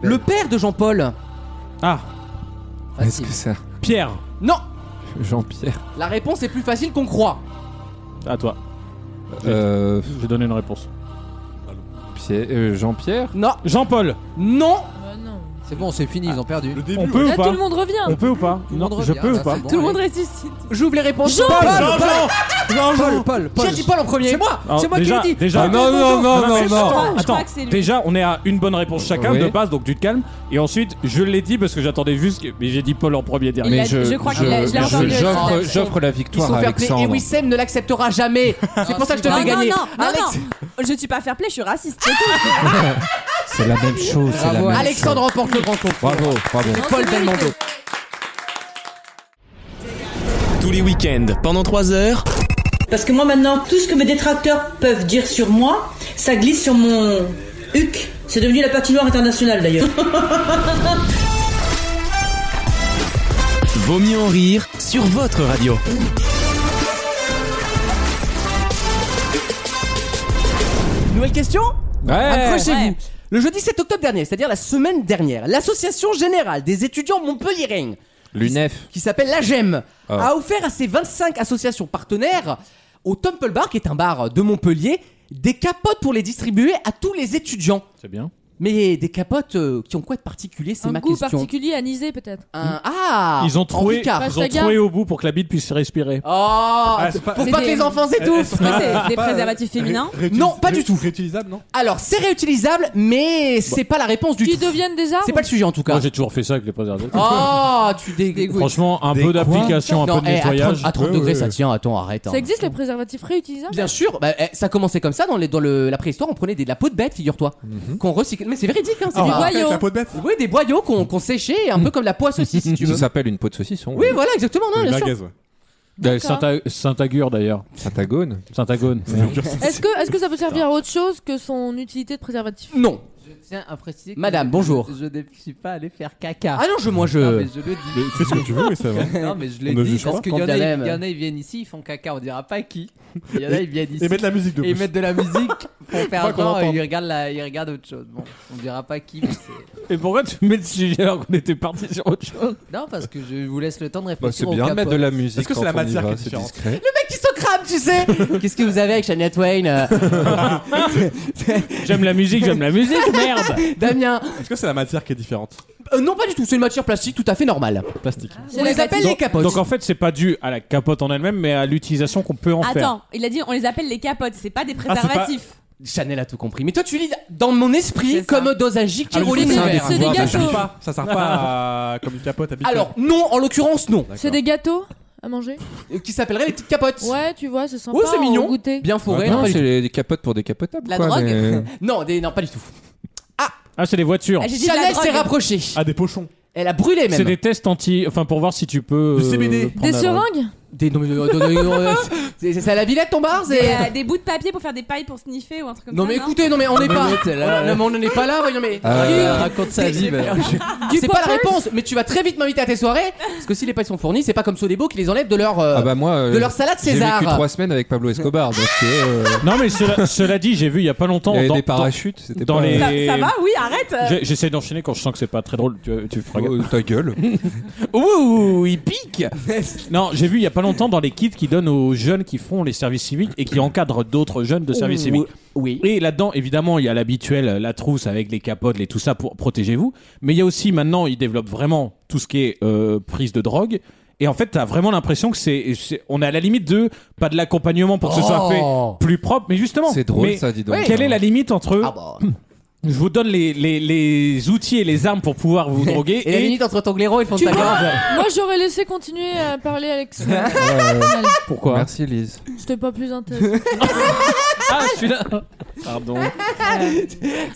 S2: Le père de Jean-Paul
S5: Ah,
S9: Est-ce que c'est
S5: Pierre,
S2: Non
S9: Jean-Pierre
S2: La réponse est plus facile qu'on croit.
S5: à toi.
S9: euh,
S5: Je vais donner une réponse.
S9: Pierre- euh, Jean-Pierre
S2: Non
S5: Jean-Paul,
S2: Non
S3: Bah non.
S6: C'est bon, c'est fini, ils ont perdu.
S5: on peut
S3: Là,
S5: ou pas
S3: tout le monde revient.
S5: On peut ou pas
S6: Tout le
S5: Non,
S6: monde
S5: je
S6: revient,
S5: peux
S6: là,
S5: ou pas
S6: c'est bon,
S8: Tout le monde
S6: allez.
S8: ressuscite.
S2: J'ouvre les réponses.
S6: Paul,
S5: Non,
S6: Paul, Paul,
S2: Qui a
S6: Paul.
S2: dit Paul en premier C'est moi
S5: Alors, déjà, déjà,
S9: Ah, non, non, non, non,
S5: mais-
S9: non.
S8: crois- je
S5: Attends,
S8: crois que c'est lui.
S5: déjà, on est à une bonne réponse chacun
S9: Oui.
S5: de base, donc tu te calmes. Et ensuite, je l'ai dit parce que j'attendais juste, que- mais j'ai dit Paul en premier
S8: Il
S5: dernier.
S8: l'a- je crois qu'il l'a- je l'ai entendu aussi.
S9: j'offre, j'offre la
S2: Ils
S9: victoire
S2: sont
S9: à
S2: fair play et
S9: Alexandre.
S2: Wissem ne l'acceptera jamais. C'est pour ça que je te
S8: Non,
S2: fais
S8: non,
S2: gagner.
S8: non, non,
S2: Alex-
S8: non. Je suis pas fair play, je suis Ah, raciste. c'est tout.
S9: C'est la même chose, c'est la
S6: Bravo,
S9: même
S2: Alexandre remporte le grand concours.
S9: Bravo, bravo.
S2: Paul Belmondo.
S1: Tous les week-ends, pendant 3 heures,
S10: Parce que moi maintenant, tout ce que mes détracteurs peuvent dire sur moi, ça glisse sur mon huc. C'est devenu la patinoire internationale d'ailleurs.
S1: Vaut mieux en rire sur votre radio.
S2: Nouvelle question
S9: Ouais
S2: Accrochez-vous.
S8: Ouais.
S2: Le jeudi 7 octobre dernier, c'est-à-dire la semaine dernière, l'Association Générale des étudiants montpelliérains,
S9: L'UNEF.
S2: qui s'appelle l'AGEM,
S9: Ah.
S2: a offert à ses 25 associations partenaires au Temple Bar, qui est un bar de Montpellier, des capotes pour les distribuer à tous les étudiants.
S5: C'est bien.
S2: Mais des capotes euh, qui ont quoi de particulier C'est
S3: Un
S2: ma
S3: goût
S2: question.
S3: particulier anisé peut-être.
S2: Un- Ah
S5: Ils ont
S2: trouvé
S5: trouvé, ils ont
S3: Pastaga.
S5: trouvé au bout pour que la bite puisse respirer.
S2: Oh Pour pas que les enfants s'étouffent
S3: Eh,
S8: Je crois que c'est des préservatifs féminins.
S2: Non, pas du tout.
S11: Réutilisable, non
S2: Alors, c'est réutilisable, mais c'est pas la réponse du
S3: Qui
S2: tout.
S3: deviennent des arbres.
S2: C'est pas le sujet en tout cas.
S5: Moi, j'ai toujours fait ça avec les préservatifs.
S2: Oh, tu dégoûtes.
S5: Franchement, un
S11: Des
S5: peu
S11: quoi
S5: d'application, un peu de
S2: eh, à 30
S5: nettoyage.
S2: À 30,
S11: Ouais,
S2: degrés,
S11: ouais,
S2: ça
S11: ouais.
S2: tient. Attends, arrête. hein.
S3: Ça existe les préservatifs réutilisables
S2: Bien sûr, bah, eh, ça commençait comme ça dans, les, dans le, la préhistoire. On prenait des, de la peau de bête, figure-toi,
S11: Mhm.
S2: qu'on recycle. Mais c'est véridique, hein, c'est
S11: Ah,
S2: des
S11: on rappelle
S2: boyaux.
S11: La peau de bête
S2: Oui, des boyaux qu'on qu'on séchait,
S11: Mhm.
S2: un peu comme la poisse aussi, si tu veux.
S9: Ça s'appelle une peau de saucisson.
S2: Oui, voilà, exactement. Non, bien sûr.
S11: gaz, ouais.
S5: Euh, Saint- Saint-Agure d'ailleurs.
S9: Pentagone.
S5: [LAUGHS] Saint-Agone.
S3: Est-ce que, est que ça peut servir à autre chose que son utilité de préservatif
S2: Non.
S6: Je tiens à préciser que
S2: Madame,
S6: je- [LAUGHS]
S2: bonjour.
S6: Je ne suis pas allé faire caca.
S2: Ah non, je, moi,
S6: Non, mais
S2: je.
S6: je le dis.
S11: Mais Fais ce que tu veux, mais ça va.
S6: Non, mais je
S11: On
S6: l'ai
S11: ne
S6: dit
S11: juge
S6: parce
S11: pas.
S6: qu'il y, en
S2: Quand
S6: a-
S2: t'as l'aime.
S6: il y en a, ils viennent ici, ils font caca, on dira pas qui. Il y en a, ils viennent ici.
S11: Et mettre la musique de
S6: et ils
S11: plus.
S6: mettent de la musique pour faire
S11: Pas qu'on
S6: genre,
S11: entende.
S6: ils regardent, la- ils regardent autre chose. Bon, on dira pas qui, mais c'est.
S5: Et pourquoi tu mets le sujet alors qu'on était parti sur autre chose
S6: Non, parce que je vous laisse le temps de
S9: Bah,
S6: réfléchir.
S9: c'est
S6: au
S9: bien de
S6: capote.
S9: mettre de la musique.
S11: Est-ce que c'est
S9: quand
S11: la
S9: on y
S11: matière
S9: va,
S11: qui est
S9: C'est
S11: différente
S9: discret.
S2: Qui se crame, tu sais Qu'est-ce que vous avez avec Shania Twain euh,
S5: J'aime la musique, j'aime la musique, merde
S2: Damien
S11: Est-ce que c'est la matière qui est différente
S2: Euh, Non, pas du tout. C'est une matière plastique tout à fait normale.
S5: Plastique.
S2: On les appelle les capotes.
S5: Donc en fait, c'est pas dû à la capote en elle-même, mais à l'utilisation qu'on peut en faire.
S8: Attends, il a dit on les appelle les capotes, Ah, c'est pas des
S5: pas-
S8: [LAUGHS] préservatifs.
S2: Chanel a tout compris. Mais toi, tu lis dans mon esprit
S8: C'est ça.
S2: comme dosagique Caroline
S3: c'est un
S2: Hébert.
S3: des C'est des
S11: Ah Ça
S3: gâteaux.
S11: sert pas, ça sert pas
S9: [LAUGHS]
S11: à- comme une capote habituelle.
S2: Alors, non, en l'occurrence, non.
S3: C'est des gâteaux à manger
S2: Euh, Qui s'appellerait les petites capotes.
S3: Ouais, tu vois, c'est sympa.
S2: Ouais, c'est
S3: on
S2: mignon.
S3: goûtait.
S2: Bien
S9: Ouais,
S2: fourré.
S9: non,
S2: pas du
S9: c'est les- des capotes pour des capotables.
S8: La
S9: quoi,
S8: drogue.
S9: mais-
S2: tout. [LAUGHS] Non, des- non, pas du tout.
S5: Ah, c'est des voitures.
S8: Ah, J'ai dit de la
S2: Chanel
S8: drogue.
S2: s'est rapprochée.
S11: Ah, des pochons.
S2: Elle a brûlé
S5: C'est
S2: même.
S5: des tests anti. Enfin, pour voir si tu peux. euh,
S11: Du CBD.
S5: prendre
S3: Des
S5: la drogue.
S3: seringues
S2: Des- non, mais, euh, non, non, non, euh, [LAUGHS] c'est c'est- c'est à la Villette ton bar
S8: Des,
S2: c'est-
S8: euh, des bouts de papier pour faire des pailles pour sniffer ou un truc comme
S2: Non
S8: ça.
S2: mais écoutez, non mais on n'est pas.
S6: mais t'es là,
S2: on-
S6: là.
S2: Non mais on n'en est pas là, voyons mais.
S9: Ah,
S2: Oui,
S6: Euh, raconte sa vie, bah.
S2: C'est pas la réponse, mais tu vas très vite m'inviter à tes soirées parce que si les pailles sont fournies, c'est pas comme Sodebo qui les enlève de leur euh,
S9: Ah bah moi, euh,
S2: de leur salade
S9: j'ai
S2: César.
S9: vécu trois semaines avec Pablo Escobar. donc, euh,
S5: Non, mais cela, cela dit, j'ai vu il y a pas longtemps.
S9: Il y avait
S5: dans-
S9: des
S5: dans-
S9: parachutes. C'était
S5: dans
S9: pas- euh,
S5: les-
S8: Ça, ça va, oui, arrête. euh,
S5: J'ai- J'essaie d'enchaîner quand je sens que c'est pas très drôle. Tu, tu feras gaffe.
S9: Oh, ta gueule.
S5: Ouh, il
S9: [LAUGHS]
S5: pique Non, j'ai vu il y a pas longtemps dans les kits qui donnent aux jeunes qui font les services civiques et qui encadrent d'autres jeunes de service civique.
S2: Oui.
S5: Et là-dedans, évidemment, il y a l'habituel, euh, la trousse avec les capotes et tout ça pour protégez-vous. Mais il y a aussi maintenant, ils développent vraiment tout ce qui est euh, prise de drogue. Et en fait, t'as vraiment l'impression que c'est, c'est- on est à la limite de pas de l'accompagnement pour que ce soit fait plus propre, mais justement.
S9: Oh. C'est drôle
S5: Mais
S9: ça, dis donc.
S5: Quelle est la limite entre
S2: Ah bah.
S5: Je vous donne les, les, les outils et les armes pour pouvoir
S9: [LAUGHS]
S5: vous droguer.
S2: Et la limite entre ton glairon et le fond de
S5: Tu
S2: ta
S5: vois
S2: gorge.
S3: Moi, j'aurais laissé continuer à parler, Alex.
S5: Pourquoi
S9: Merci Lise.
S3: C'était pas plus intéressant.
S5: Ah, celui-là [LAUGHS] Pardon.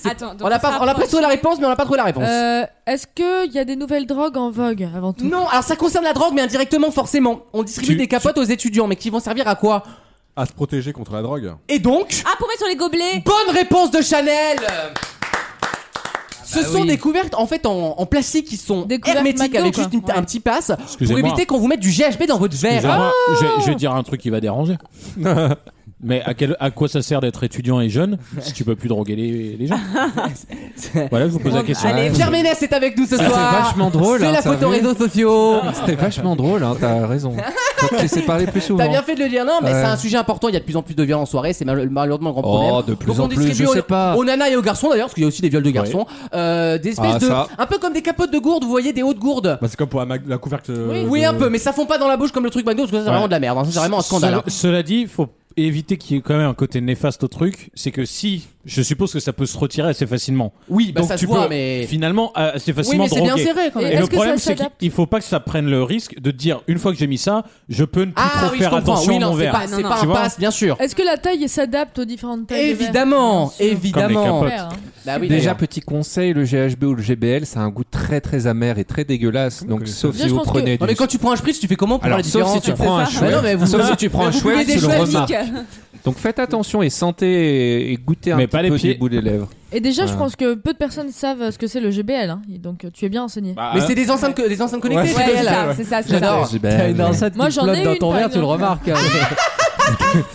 S8: Attends, donc
S2: on n'a
S8: se
S2: pas, on a pas
S8: rapproche.
S2: trouvé la réponse, mais on n'a pas trouvé la réponse.
S3: Euh, Est-ce qu'il y a des nouvelles drogues en vogue avant tout
S2: Non, alors ça concerne la drogue, mais indirectement, forcément. On distribue
S11: Tu-
S2: des capotes aux étudiants, mais qui vont servir à quoi
S11: À se protéger contre la drogue.
S2: Et donc
S8: Ah, pour mettre sur les gobelets
S2: Bonne réponse de Chanel
S3: Ah,
S2: ce
S6: bah
S2: sont
S6: oui.
S2: des couvertes en fait en, en plastique qui sont
S3: couvertes
S2: hermétiques
S3: McDo,
S2: avec
S3: quoi.
S2: juste une- un petit passe pour
S5: Excusez-moi.
S2: éviter qu'on vous mette du GHB dans votre verre.
S5: Excusez-moi, je, je
S2: oh
S5: vais dire un truc qui va déranger. [LAUGHS] Mais à, quel, à quoi ça sert d'être étudiant et jeune si tu peux plus droguer les,
S2: [LAUGHS]
S5: les gens Voilà, je vous pose la question.
S8: allez,
S2: Pierre Ménès est avec nous ce
S9: Ah,
S2: soir.
S9: c'est vachement drôle,
S2: C'est
S9: hein,
S2: la
S9: ça
S2: photo
S9: va.
S2: réseaux sociaux.
S9: C'était vachement drôle, hein,
S2: [LAUGHS]
S9: t'as raison. Faut que tu sais parler plus souvent.
S2: T'as bien fait de le dire, non, mais
S9: Ouais.
S2: c'est un sujet important. Il y a de plus en plus de viols en soirée, c'est mal- malheureusement un grand
S9: Oh,
S2: problème.
S9: de plus
S2: Donc on
S9: en plus,
S2: distribue
S9: je
S2: aux-
S9: sais pas.
S2: Aux nanas et aux garçons d'ailleurs, parce qu'il y a aussi des viols de garçons. Euh, des espèces
S9: Ah,
S2: de.
S9: ça.
S2: Un peu comme des capotes de gourde, vous voyez, des hautes gourdes.
S11: Bah, c'est comme pour la, mag- la couverte. euh,
S2: Oui,
S11: de-
S2: un peu, mais ça fond pas dans la bouche comme le truc McDo, parce que ça, c'est
S5: Ouais.
S2: vraiment de la merde. hein. Ça, C'est vraiment un scandale. hein.
S5: Ce- cela dit, faut éviter qu'il y ait quand même un côté néfaste au truc. C'est que si, je suppose que ça peut se retirer assez facilement.
S2: Oui, bah
S5: Donc
S2: ça se
S5: tu
S2: voit,
S5: peux
S2: mais.
S5: finalement euh, assez
S2: Oui,
S5: facilement
S2: mais c'est bien
S5: droguer.
S2: serré quand
S3: Et
S2: même.
S5: Et
S3: Est-ce
S5: le
S3: que
S5: problème,
S3: ça
S5: c'est
S3: s'adapte
S5: qu'il faut pas que ça prenne le risque de dire une fois que j'ai mis ça, je peux ne plus
S2: Ah
S5: trop
S2: oui, je
S5: faire
S2: comprends.
S5: attention
S2: Oui,
S5: à mon
S2: non, c'est
S5: verre.
S2: pas, c'est
S3: Tu
S2: pas un
S5: vois
S2: passe, bien sûr.
S3: Est-ce que la taille s'adapte aux différentes tailles de verre
S2: Évidemment,
S3: Bien sûr.
S2: évidemment.
S5: Comme
S3: Super, hein.
S2: Bah oui,
S9: Déjà,
S2: d'ailleurs.
S9: petit conseil, le GHB ou le GBL, ça a un goût très très amer et très
S5: Ah,
S9: dégueulasse. Donc,
S11: Ok.
S9: sauf
S3: Déjà,
S9: si
S3: je
S9: vous
S3: pense
S9: prenez
S2: Non,
S9: du.
S2: mais quand tu prends un spritz, tu fais comment pour la
S9: Alors, sauf
S2: différence
S9: si tu prends un
S2: Bah non, mais
S9: chouette.
S2: vous-
S9: Sauf si tu prends
S2: mais
S9: un
S2: vous
S9: chouette,
S2: buvez
S9: Ah, tu
S2: des
S9: le
S2: chouettes,
S9: remarques. Donc, faites attention et sentez et- et goûtez un
S5: Mais
S9: petit
S5: pas les
S9: peu
S5: pieds.
S9: du bout des lèvres.
S3: Et déjà, je
S9: Ouais.
S3: pense que peu de personnes savent euh, ce que c'est le GBL, hein. donc euh, tu es bien enseigné.
S5: Bah,
S2: Mais c'est des enceintes, que- des enceintes connectées,
S8: Ouais, c'est
S2: GBL.
S8: ça, c'est ça, c'est ça.
S2: J'adore.
S9: Ben,
S6: T'as
S9: euh,
S6: une enceinte
S3: Moi,
S6: qui
S3: j'en ai
S6: flotte dans
S3: une,
S6: ton
S3: par
S6: verre, tu le
S3: exemple.
S6: remarques.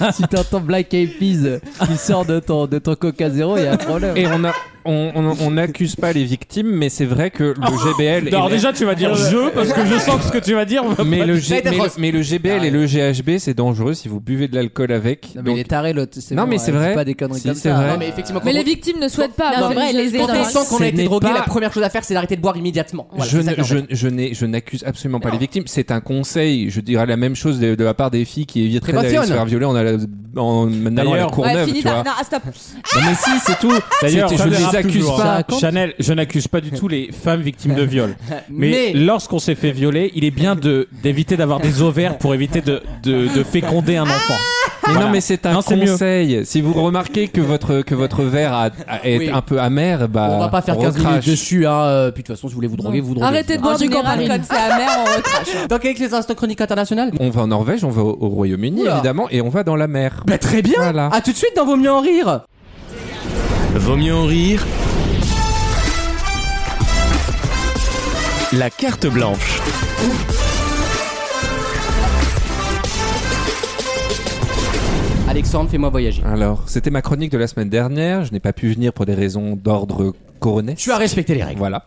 S6: hein. [LAUGHS] si t'entends Black Eyed Peas qui sort de ton, de ton Coca Zero, il y a un problème.
S9: Et on a. On on- on n'accuse pas les victimes, mais c'est vrai que le
S5: Alors
S9: GBL. et la-
S5: Oh. déjà, tu
S2: [LAUGHS]
S5: vas dire je parce que je sens que ce que tu vas dire. va
S9: mais
S5: pas-
S9: le,
S2: Ça va
S9: G-
S2: être
S9: mais, le,
S2: atroce.
S9: mais le GBL et le GHB, c'est dangereux si vous buvez de l'alcool avec.
S6: Non, mais
S9: Donc,
S6: il est taré l'autre.
S9: Non,
S6: bon,
S9: mais
S6: euh,
S9: c'est
S6: dis
S9: vrai.
S6: Pas des conneries
S9: Si,
S6: comme
S9: c'est
S6: ça.
S9: vrai.
S2: Non, mais effectivement,
S3: Mais
S2: quand-
S3: les victimes ne souhaitent pas
S8: Non,
S3: avoir
S8: c'est vrai,
S3: des
S8: les
S3: GBL dans
S2: quand on
S3: leur-
S8: éteintes.
S2: sent qu'on a
S9: Ce
S2: été
S9: n'est
S2: drogué,
S9: pas-
S2: la première chose à faire, c'est d'arrêter de boire immédiatement. Voilà,
S9: je
S2: c'est ça que
S9: n-
S2: j'en
S9: je
S2: fais.
S9: n- je n'ai- je n'accuse absolument pas les victimes. C'est un conseil. Je dirais la même chose de, de la part des filles qui éviteraient d'aller se
S2: Préventionne.
S9: faire violer en, allant- en allant à la
S5: D'ailleurs-
S8: Ouais,
S9: Courneuve,
S8: fini,
S9: tu
S8: ta-
S9: vois.
S8: non, ah, stop.
S9: Non, mais si, c'est tout.
S5: [LAUGHS] D'ailleurs,
S9: C'était-
S5: ça
S9: je ne
S5: dérape
S9: les accuse
S5: toujours. hein.
S9: pas.
S5: Chanel, je n'accuse pas du tout les femmes victimes de viol. [LAUGHS] Mais,
S2: Mais-
S5: lorsqu'on s'est fait violer, il est bien de d'éviter d'avoir des ovaires pour éviter de, de, de féconder un enfant.
S9: Mais
S5: Voilà.
S9: non, mais c'est un
S5: Non, c'est mieux.
S9: conseil. Si vous remarquez que votre que votre verre a- a- est
S2: Oui.
S9: un peu amer, bah
S2: On va pas faire 15 minutes
S9: recrache.
S2: dessus, hein. euh, Puis de toute façon, si vous voulez vous droguer, vous vous droguez.
S3: Arrêtez de
S8: En
S3: boire du
S8: général,
S3: campanile.
S8: quand c'est amer, on recrache. hein.
S2: Donc, avec les instants chroniques internationales
S9: On va en Norvège, on va au, au Royaume-Uni
S2: Oula.
S9: évidemment, et on va dans la mer.
S2: Bah, très bien
S9: Voilà.
S2: À tout de suite dans Vaut mieux en rire
S1: Vaut mieux en rire. La carte blanche.
S2: Alexandre, fais-moi voyager.
S9: Alors, c'était ma chronique de la semaine dernière. Je n'ai pas pu venir pour des raisons d'ordre coronaire.
S2: Tu as respecté les règles.
S9: Voilà.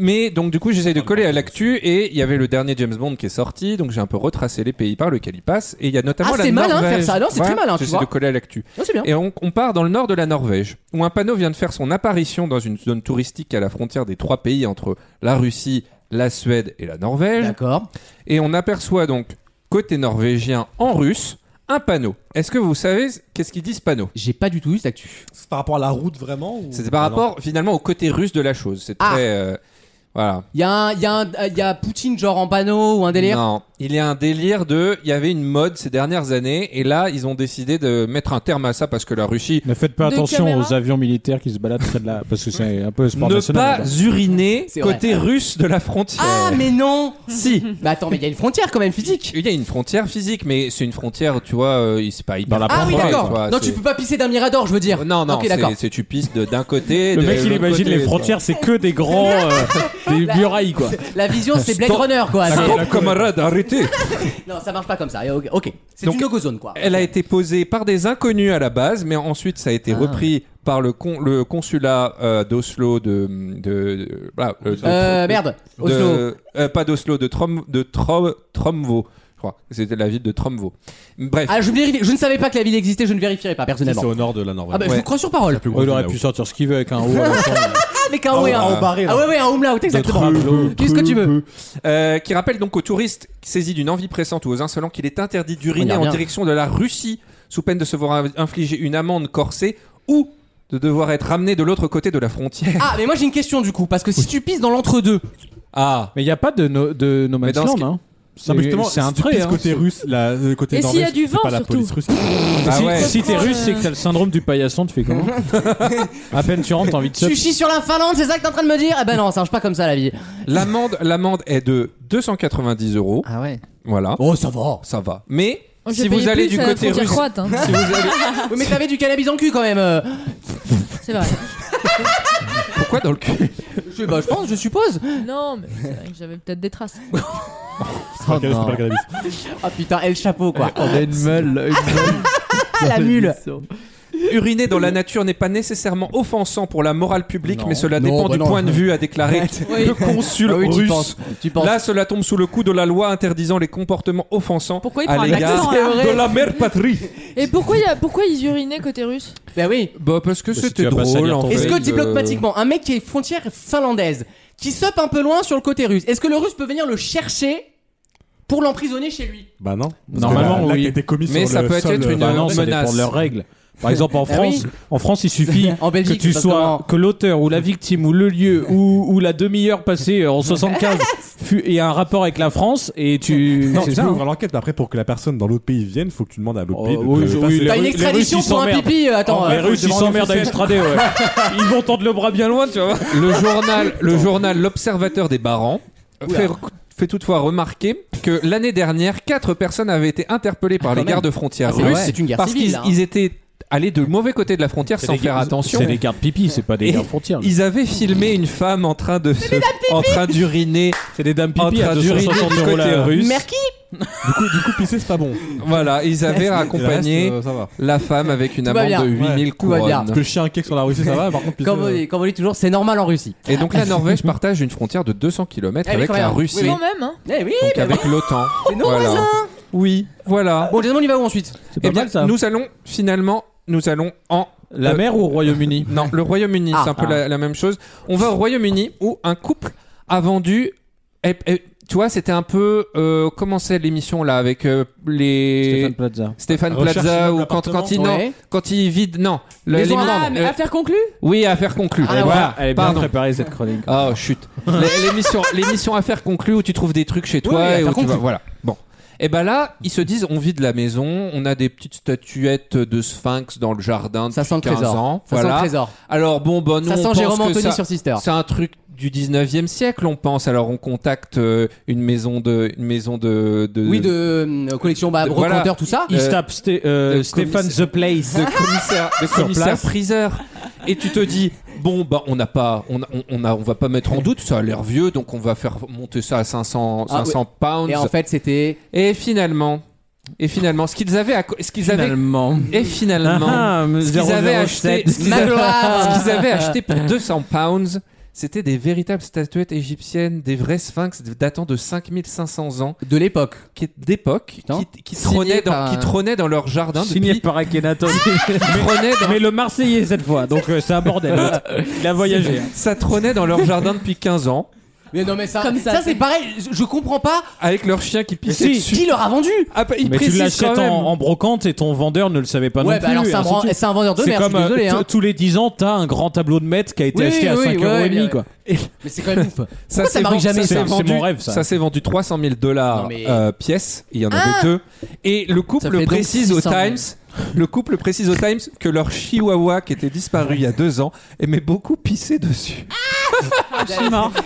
S9: Mais donc du coup j'essaye de coller à l'actu et il y avait le dernier James Bond qui est sorti donc j'ai un peu retracé les pays par lesquels il passe et il y a notamment
S2: Ah,
S9: la
S2: c'est malin de
S9: Norvège.
S2: faire ça. Non, c'est
S9: Voilà,
S2: très malin, tu
S9: J'essaie
S2: vois.
S9: de coller à l'actu.
S2: Oh, c'est bien.
S9: Et on, on part dans le nord de la Norvège où un panneau vient de faire son apparition dans une zone touristique à la frontière des trois pays entre la Russie, la Suède et la Norvège
S2: D'accord.
S9: et on aperçoit donc côté norvégien en russe un panneau. Est-ce que vous savez qu'est-ce qu'il dit ce panneau
S2: J'ai pas du tout eu cette actu.
S11: [LAUGHS] C'est par rapport à la route vraiment ou-
S9: C'était par
S11: Ah, non.
S9: rapport finalement au côté russe de la chose. C'est
S2: Ah.
S9: très euh, voilà.
S2: Il y, a un- y, a un- euh, y a Poutine, genre en panneau ou un délire.
S9: Non, il y a un délire de. Il y avait une mode ces dernières années, et là, ils ont décidé de mettre un terme à ça parce que la Russie
S5: Ne faites pas
S3: Deux
S5: attention
S3: caméras.
S5: aux avions militaires qui se baladent près de la parce que c'est un peu le sport
S9: ne
S5: national.
S9: pas
S5: là-bas.
S9: uriner
S2: [LAUGHS] C'est vrai.
S9: côté russe de la frontière.
S2: Ah, mais non
S9: Euh, si.
S2: Bah attends, mais il y a une frontière quand même physique.
S9: Il y a une frontière physique, mais c'est une frontière, tu vois, euh, il- c'est pas hyper.
S5: Dans la
S2: Ah oui,
S5: Ouais,
S2: d'accord. Non, tu peux pas pisser d'un mirador, je veux dire.
S9: Euh, Non, non,
S2: Ok,
S9: c'est-
S2: d'accord.
S9: c'est tu pisses de- d'un côté.
S5: Le
S9: de
S5: mec, il
S9: l'autre
S5: imagine
S9: côté,
S5: les
S9: tu vois.
S5: frontières, c'est que des grands [LAUGHS] euh, des murailles quoi.
S2: [LAUGHS] La vision, c'est Blade Runner, quoi.
S9: Ah,
S2: C'est-
S9: comme- camarade, arrêtez
S2: Non, ça marche pas comme ça. Ok, ok. c'est
S9: Donc, Euh,
S2: une logo zone, quoi.
S9: Elle a été posée par des inconnus à la base, mais ensuite ça a
S2: Ah.
S9: été repris par le, con- le consulat euh, d'Oslo de. de, de- voilà, euh, de-
S2: Euh, merde.
S9: de-
S2: Oslo.
S9: euh, pas d'Oslo, de, Trom, de Trom, Tromvo, je crois. C'était la ville de Tromvo. Bref.
S2: Ah, je, vérifie- je ne savais pas que la ville existait, je ne vérifierai pas
S11: Si,
S2: personnellement.
S11: C'est au nord de la Norvège.
S2: Ah bah je
S9: Ouais.
S2: vous crois sur parole.
S11: Plus gros
S5: il aurait
S11: là-haut.
S5: pu sortir ce qu'il veut avec un haut. euh, [LAUGHS]
S2: Ah, mais qu'un
S11: Ah,
S2: ouais,
S11: ah,
S2: un-
S11: au barré, là.
S2: Ah ouais, ouais, un umlaut, exactement. Qu'est-ce que tu veux
S9: Euh, qui rappelle donc aux touristes saisis d'une envie pressante ou aux insolents qu'il est interdit
S2: On y
S9: d'uriner en
S2: revient.
S9: direction de la Russie sous peine de se voir in- infliger une amende corsée ou de devoir être ramené de l'autre côté de la frontière.
S2: Ah, mais moi j'ai une question du coup, parce que si tu pisses dans l'entre-deux.
S9: Ah.
S5: Mais il n'y a pas de No, de no Man's
S11: dans
S5: Land,
S11: ce
S5: hein.
S11: Non, mais justement,
S5: c'est un
S11: si tu
S5: trait.
S11: pisses
S5: hein.
S11: côté russe, la, le côté
S3: Et s'il y
S11: norvège,
S3: a du
S11: c'est
S3: vent,
S11: pas la
S3: surtout.
S11: police russe.
S5: si si t'es
S3: franchement,
S5: russe, c'est que
S3: euh,
S5: t'as le syndrome du paillasson, tu
S11: [LAUGHS]
S5: fais comment À peine tu rentres, t'as envie de
S2: Tu
S5: se.
S2: chies sur la Finlande, c'est ça que t'es en train de me dire Eh ben non, ça marche pas comme ça la vie.
S9: L'amende, l'amende est de 290 euros.
S6: Ah ouais.
S9: Voilà.
S2: Oh, ça va.
S9: Ça va. Mais
S3: Oh, j'ai
S9: si
S3: payé
S9: vous allez
S3: plus
S9: du
S3: à la
S9: côté
S3: frontière
S9: russe,
S3: croate, hein.
S9: si vous allez-
S2: Oui, mais t'avais du cannabis en cul quand même. euh.
S3: C'est vrai.
S9: pourquoi dans le cul
S2: Je sais pas, Eh ben, je pense, je suppose.
S3: Non, mais c'est vrai que j'avais peut-être des traces.
S11: C'est pas le cannabis.
S2: Ah putain, et le chapeau quoi.
S6: On a une meule.
S2: Ah la mule.
S9: uriner dans la nature n'est pas nécessairement offensant pour la morale publique, mais cela dépend
S2: bah
S9: du
S2: non.
S9: point de vue à déclarer le consul
S2: Ah oui, tu
S9: russe.
S2: penses, tu penses.
S9: Là, cela tombe sous le coup de la loi interdisant les comportements offensants
S8: Pourquoi il
S9: à
S8: prend un
S9: l'égard
S8: accent, là
S9: de la mère patrie.
S3: Et pourquoi, il y a, pourquoi ils urinaient côté russe
S2: Bah oui.
S9: Bah parce que
S5: Bah, si
S9: c'était
S5: tu vas pas
S9: drôle.
S5: salir
S9: en
S5: ton
S9: fait, euh,
S2: Est-ce que
S9: de-
S2: diplomatiquement, un mec qui est frontière finlandaise, qui sope un peu loin sur le côté russe, est-ce que le russe peut venir le chercher pour l'emprisonner chez lui
S11: Bah non. Parce
S5: Normalement,
S11: que là, là,
S5: oui.
S11: t'as été commis
S9: Mais
S11: sur
S9: ça
S11: le
S9: peut être
S11: sol,
S9: une-
S11: euh,
S5: Bah non,
S9: menace.
S5: ça dépend de leurs règles. Par exemple, en
S2: Bah
S5: France,
S2: oui.
S5: en France, il suffit
S2: En Belgique,
S5: que tu
S2: parce
S5: sois
S2: que-
S5: que l'auteur ou la victime ou le lieu ou, ou la demi-heure passée euh, en 75 fut- ait un rapport avec la France et tu.
S11: Non,
S5: c'est
S11: tu
S5: ça,
S11: peux
S5: hein.
S11: ouvrir l'enquête, mais après, pour que la personne dans l'autre pays vienne, faut que tu demandes à l'autre
S5: Oh,
S11: pays. de-
S5: oui,
S11: de-
S5: oui,
S11: passer-
S5: les
S2: T'as une
S5: Russes,
S2: extradition
S5: ils
S2: pour un
S5: s'emmerdent. Oh,
S2: pipi, euh, attends.
S5: les
S2: euh,
S5: Russes, ils
S2: demande
S5: s'emmerdent à
S2: officiel.
S5: extrader. ouais. Ils vont tendre le bras bien loin, tu vois.
S9: Le journal, le journal L'Observateur des Barents fait, fait toutefois remarquer que l'année dernière, quatre personnes avaient été interpellées par les
S2: même.
S9: gardes frontières
S2: Ah, c'est-
S9: russes
S2: ouais, c'est une guerre
S9: parce
S2: civile,
S9: qu'ils
S2: là, hein.
S9: ils étaient allés de mauvais côté de la frontière sans faire attention.
S5: C'est des gardes pipi, c'est pas des
S9: Et
S5: gardes frontières.
S9: Ils avaient filmé une femme en train de se- en train d'uriner,
S5: C'est des dames
S9: en
S5: pipi à
S9: train d'uriner
S5: 260
S9: du
S5: euros
S9: côté
S5: la
S9: russe.
S2: Merci.
S11: Du coup, du coup, pisser, c'est pas bon.
S9: Voilà, ils avaient accompagné
S11: Le reste, euh, ça va.
S9: la femme avec une
S2: Tout va
S9: amende
S2: bien.
S9: de 8000
S2: Tout va bien.
S9: couronnes.
S11: Parce que chier un cake sur la Russie, ça va. Par contre, pisser.
S2: Comme vous,
S11: euh,
S2: dites- comme vous dites toujours, c'est normal en Russie.
S9: Et donc la Norvège partage une frontière de 200 km
S2: Eh oui,
S9: avec
S2: quand
S9: la
S2: même.
S9: Russie,
S3: Quand même, hein.
S2: Eh oui.
S9: donc avec l'OTAN. Voilà. Oui, voilà.
S2: Bon, Jason, on y va où ensuite
S5: C'est
S9: Eh bien, nous allons finalement, nous allons en
S5: La
S9: euh,
S5: mer ou au Royaume-Uni
S9: Non, le Royaume-Uni,
S2: Ah.
S9: c'est un peu
S5: Ah.
S9: la, la même chose. On va au Royaume-Uni où un couple a vendu. eh, eh, tu vois, c'était un peu euh, comment c'est l'émission là avec euh, les
S5: Stéphane Plaza.
S9: Stéphane
S11: Recherche
S9: Plaza
S11: immeuble,
S9: ou quand quand il
S2: appartement.
S9: non,
S2: Ouais.
S9: quand il vide non le-
S2: Maison à
S9: l'émission-
S8: Ah, mais
S9: euh,
S8: affaire conclue
S9: oui affaire conclue
S2: Ah,
S5: Eh voilà, elle est bien
S9: Pardon.
S5: préparée cette chronique.
S9: Oh chut. L- L'émission, l'émission affaire conclue où tu trouves des trucs chez
S2: oui,
S9: toi et
S2: affaire
S9: où tu vas-
S2: conclue.
S9: voilà. Bon. Et ben là, ils se disent on vide la maison, on a des petites statuettes de sphinx dans le jardin
S2: Ça
S9: depuis
S2: sent le
S9: 15
S2: trésor.
S9: ans.
S2: Ça sent
S9: voilà.
S2: le trésor.
S9: Alors bon, bon, nous,
S2: Ça
S9: on
S2: sent
S9: pense
S2: Jérôme
S9: que
S2: Anthony
S9: ça-
S2: sur Sister.
S9: C'est un truc du 19e siècle, on pense. Alors on contacte euh, une maison de une maison de, de
S2: Oui, de euh, collection, bah,
S9: de- voilà.
S2: brocanteur, tout ça.
S9: Euh,
S5: Il se tape Sté- euh,
S9: le
S5: Stéphane Ah,
S9: commissaire-
S5: The Place.
S9: de commissaire,
S2: [LAUGHS]
S9: de commissaire
S5: place.
S9: priseur. Et tu te dis bon bah on n'a pas on on, on, a, on va pas mettre en doute ça a l'air vieux donc on va faire monter ça à 500
S2: Ah,
S9: 500 pounds
S2: Et en fait, c'était.
S9: et finalement et finalement ce qu'ils avaient à co- ce qu'ils avaient
S5: Finalement.
S9: et finalement
S5: Ah,
S9: ce qu'ils avaient acheté
S5: [LAUGHS] 007.
S9: ce qu'ils avaient- ce qu'ils avaient
S5: [LAUGHS]
S9: acheté pour 200 pounds c'était des véritables statuettes égyptiennes des vrais sphinx datant de 5500 ans
S2: De l'époque.
S9: qui est- d'époque
S2: Putain.
S9: qui, qui
S2: Signé
S9: trônaient dans
S2: par un-
S9: qui trônaient dans leur jardin
S5: Signé
S9: depuis
S5: par Akhenaton.
S9: [LAUGHS] trônaient dans-
S5: Mais le Marseillais cette fois, donc euh, c'est un bordel. Il a voyagé.
S9: ça trônait dans leur jardin depuis 15 ans
S2: Mais non, mais ça,
S8: Comme
S2: ça,
S8: ça,
S2: c'est pareil. Je, je comprends pas
S9: avec leur chien qui
S5: si.
S9: pissait dessus.
S2: qui leur a vendu.
S9: Ah, bah, il
S5: Mais tu
S9: précise quand
S5: l'achètes
S9: même.
S5: en, en brocante et ton vendeur ne le savait pas
S2: ouais,
S5: non
S2: bah
S5: plus. hein.
S2: alors
S5: et
S2: c'est
S9: hein,
S2: un,
S5: ainsi
S2: vend-
S5: de suite.
S2: c'est un vendeur de
S5: c'est
S2: merde, je
S5: comme
S2: suis
S5: euh,
S2: désolé. Hein.
S5: t- tous les 10 ans, t'as un grand tableau de maître qui a été
S2: Oui,
S5: acheté à
S2: oui,
S5: 5
S2: oui,
S5: euros
S2: oui,
S5: et demi.
S2: oui.
S5: Quoi.
S2: Mais c'est quand même ouf. Pourquoi
S9: Ça,
S2: ça
S9: s'est
S2: m'arrive
S9: vendu-
S2: jamais
S9: s'est
S2: ça
S5: C'est
S9: vendu-
S5: mon rêve, ça.
S9: s'est vendu 300 000 dollars euh,
S2: Non, mais- Ah
S9: pièce. Il y en avait deux. Et le
S6: Ça
S9: couple
S6: fait donc
S9: précise au
S6: 600 000.
S9: Times. Le couple précise au Times que leur chihuahua qui était disparu il y a deux ans aimait beaucoup pisser dessus.
S2: [LAUGHS] Ah,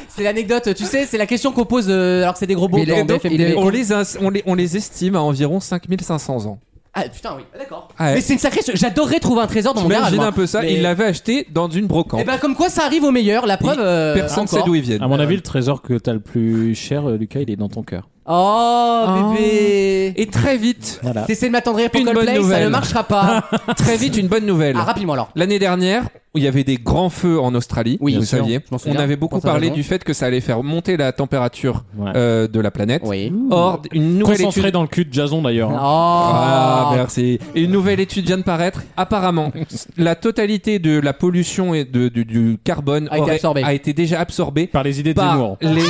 S2: C'est l'anecdote, tu sais, c'est la question qu'on pose euh, alors que c'est des gros beaux
S6: Mais il est-
S2: dans
S6: donc,
S2: BFM
S6: il
S2: TV.
S6: est-
S9: On les, ins- on les, on les estime à environ 5500 ans.
S2: Ah putain, oui, d'accord.
S9: Ah ouais.
S2: Mais c'est une sacrée. J'adorerais trouver un trésor dans mon garage.
S9: T'imagines
S2: moi.
S9: un peu ça,
S2: Mais-
S9: ils l'avaient acheté dans une brocante.
S2: Eh ben, comme quoi ça arrive au meilleur, la preuve. euh,
S9: Personne ne sait
S2: encore.
S9: d'où ils viennent.
S5: À
S6: Euh,
S5: mon avis, le trésor que t'as le plus cher, euh, Lucas, il est dans ton cœur.
S2: Oh, bébé.
S9: Et très vite,
S5: Voilà.
S2: T'essaies de m'attendrir pour
S9: Une bonne
S2: Coldplay, ça
S9: nouvelle.
S2: ne marchera
S9: [LAUGHS]
S2: pas.
S9: très vite, une bonne nouvelle.
S2: ah, rapidement alors.
S9: L'année dernière, où il y avait des grands feux en Australie,
S2: Oui,
S9: vous
S2: bien sûr,
S9: saviez,
S2: je m'en souviens,
S9: on avait beaucoup
S2: pour ta
S9: parlé
S2: raison.
S9: du fait que ça allait faire monter la température
S5: Ouais.
S9: euh, de la planète.
S2: Oui.
S9: Or, une nouvelle
S5: Concentré
S9: étude...
S5: dans le cul de Jason d'ailleurs.
S2: Oh.
S5: hein.
S9: Ah, merci. Une nouvelle étude vient de paraître. Apparemment,
S2: [LAUGHS]
S9: la totalité de la pollution et de, du, du carbone
S2: A été
S9: aurait-
S2: absorbée.
S9: a été déjà
S2: [LAUGHS]
S9: absorbée
S5: Par les idées de
S9: par
S5: Zemmour.
S9: les...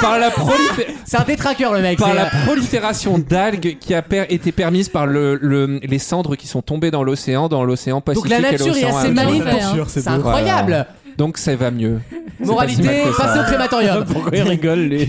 S9: par la prolifération.
S2: C'est un détraqueur le mec.
S9: Par
S2: c'est-
S9: la prolifération d'algues qui a per- été permise par le, le- les cendres qui sont tombées dans l'océan, dans l'océan
S2: Donc
S9: Pacifique.
S2: la
S9: et
S2: nature est
S9: l'océan
S2: assez
S9: Indien.
S2: malin. hein. C'est incroyable.
S9: Donc ça va mieux. C'est
S2: Moralité,
S9: pas si mal que ça.
S2: passez au crématorium.
S5: Pourquoi il rigole lui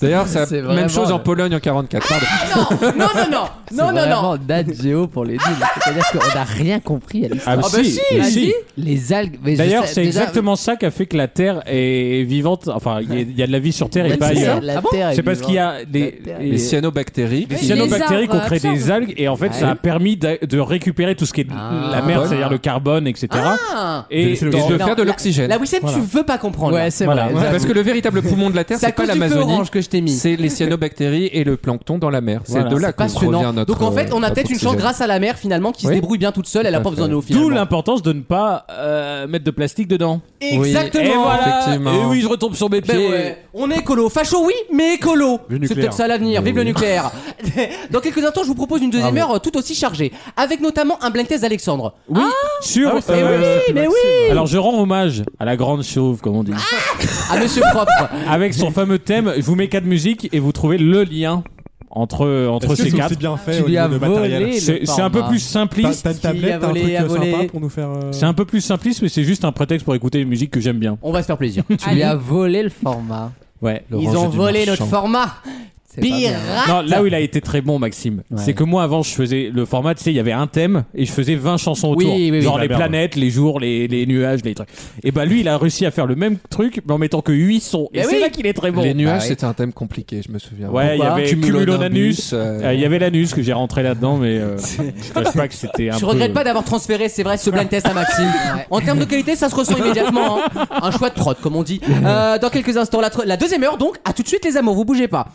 S9: D'ailleurs, ça
S6: C'est
S9: même
S6: vraiment
S9: chose en
S6: le-
S9: Pologne en Ah, 44. pardon.
S2: Non, non, non, non, non, non, non.
S6: vraiment date géo pour les nuls. C'est-à-dire qu'on n'a rien compris à l'histoire.
S5: Ah, bah Ah, bah si, si, mais si.
S6: Les algues. mais je
S5: D'ailleurs,
S6: sais-
S5: c'est
S6: déjà-
S5: exactement ça qui a fait que la Terre est vivante. Enfin, il y a- il y, a de la vie sur Terre
S6: Ouais,
S5: et pas
S6: c'est ça,
S5: ailleurs.
S6: la Ah bon Terre est
S5: C'est parce
S6: vivante.
S5: qu'il y a des
S6: Terre est
S9: Les cyanobactéries.
S5: Les cyanobactéries qui ont créé
S2: absorbent.
S5: des algues et en fait
S6: Ouais. Ah.
S5: ça a permis d'a- de récupérer tout ce qui est de la mer,
S9: bonne.
S5: c'est-à-dire le carbone, etc.
S2: Ah.
S5: et
S9: Et
S5: dans-
S9: de
S2: Non,
S9: faire de
S2: la-
S9: l'oxygène.
S2: La Wissem,
S5: Voilà.
S2: tu veux pas comprendre.
S6: Ouais, c'est
S5: Voilà.
S6: vrai.
S9: Ouais,
S6: j'avoue.
S9: parce que le véritable poumon de la Terre,
S2: C'est à
S9: c'est pas
S2: cause du feu
S9: l'Amazonie,
S2: orange que je t'ai mis.
S9: c'est les cyanobactéries et le plancton dans la mer.
S5: Voilà.
S9: C'est de là
S2: C'est
S9: qu'on revient
S2: passionnant.
S9: notre.
S2: Donc en fait, on a
S9: notre
S2: peut-être une
S9: oxygène.
S2: chance grâce à la mer finalement qui se
S9: Oui.
S2: débrouille bien toute seule. Elle a
S9: Tout
S2: pas
S9: à
S2: besoin de l'eau
S5: D'où
S2: finalement.
S5: l'importance de ne pas euh, mettre de plastique dedans. Et
S2: Exactement.
S5: voilà.
S9: Effectivement.
S5: Et oui, je retombe sur mes
S2: Ben
S5: pieds.
S2: ouais. On est écolo, facho oui, mais écolo.
S11: Le
S2: C'est
S11: nucléaire.
S2: peut-être ça l'avenir. Vive le nucléaire. [LAUGHS] Dans quelques instants, je vous propose
S5: Ah
S2: une deuxième heure euh, tout aussi chargée, avec notamment un blind test d'Alexandre.
S5: Oui, sur.
S2: Mais
S5: euh,
S2: Ah oui, mais oui.
S5: Alors je rends hommage à la grande chauve, comme on dit,
S2: À
S5: [LAUGHS]
S2: Monsieur propre.
S5: avec son fameux thème. Je vous mets quatre musiques et vous trouvez le lien entre entre
S11: Est-ce que
S5: ces
S11: c'est
S5: quatre.
S11: aussi bien fait
S6: Tu
S11: au
S6: lui
S11: niveau
S6: as
S11: de matériel
S6: volé le
S5: C'est c'est un peu
S6: format.
S5: plus
S11: T'as
S5: simpliste.
S11: t'as une tablette,
S2: Qui a
S11: t'as un
S2: volé,
S11: truc
S2: a volé.
S11: sympa pour nous faire. euh,
S5: C'est un peu plus simpliste, mais c'est juste un prétexte pour écouter une musique que j'aime bien.
S2: On va se faire plaisir.
S6: Tu lui as volé le format.
S5: Ouais.
S2: Ils ont volé notre format.
S6: C'est pas bien.
S2: Pirate.
S5: Non, là où il a été très bon, Maxime,
S6: Ouais.
S5: c'est que moi avant, je faisais le format, tu sais, il y avait un thème et je faisais 20 chansons
S2: Oui,
S5: autour.
S2: oui, Ah, oui.
S5: genre les
S11: merde.
S5: planètes, les jours, les, les nuages, les trucs. Et bah lui, il a réussi à faire le même truc, mais en mettant que 8 sons. Et
S2: Eh
S5: c'est
S2: oui.
S5: là qu'il est très bon.
S9: Les nuages,
S6: ouais.
S9: c'était un thème compliqué, je me souviens.
S5: Ouais, il y
S9: Pourquoi
S5: avait
S9: Cumulonimbus,
S5: Cumulonanus.
S9: euh,
S5: Euh, Il y avait l'anus que j'ai rentré là-dedans,
S2: [LAUGHS]
S5: mais euh, je cache pas que c'était un
S2: Je
S5: peu.
S2: regrette pas d'avoir transféré, c'est vrai, ce blind test à Maxime.
S5: [LAUGHS]
S2: En termes de qualité, ça se ressent
S5: [LAUGHS]
S2: immédiatement. hein. Un choix de prod, comme on dit. Euh, dans quelques instants, la, tro- la deuxième heure, donc, à tout de suite, les amours, vous bougez pas.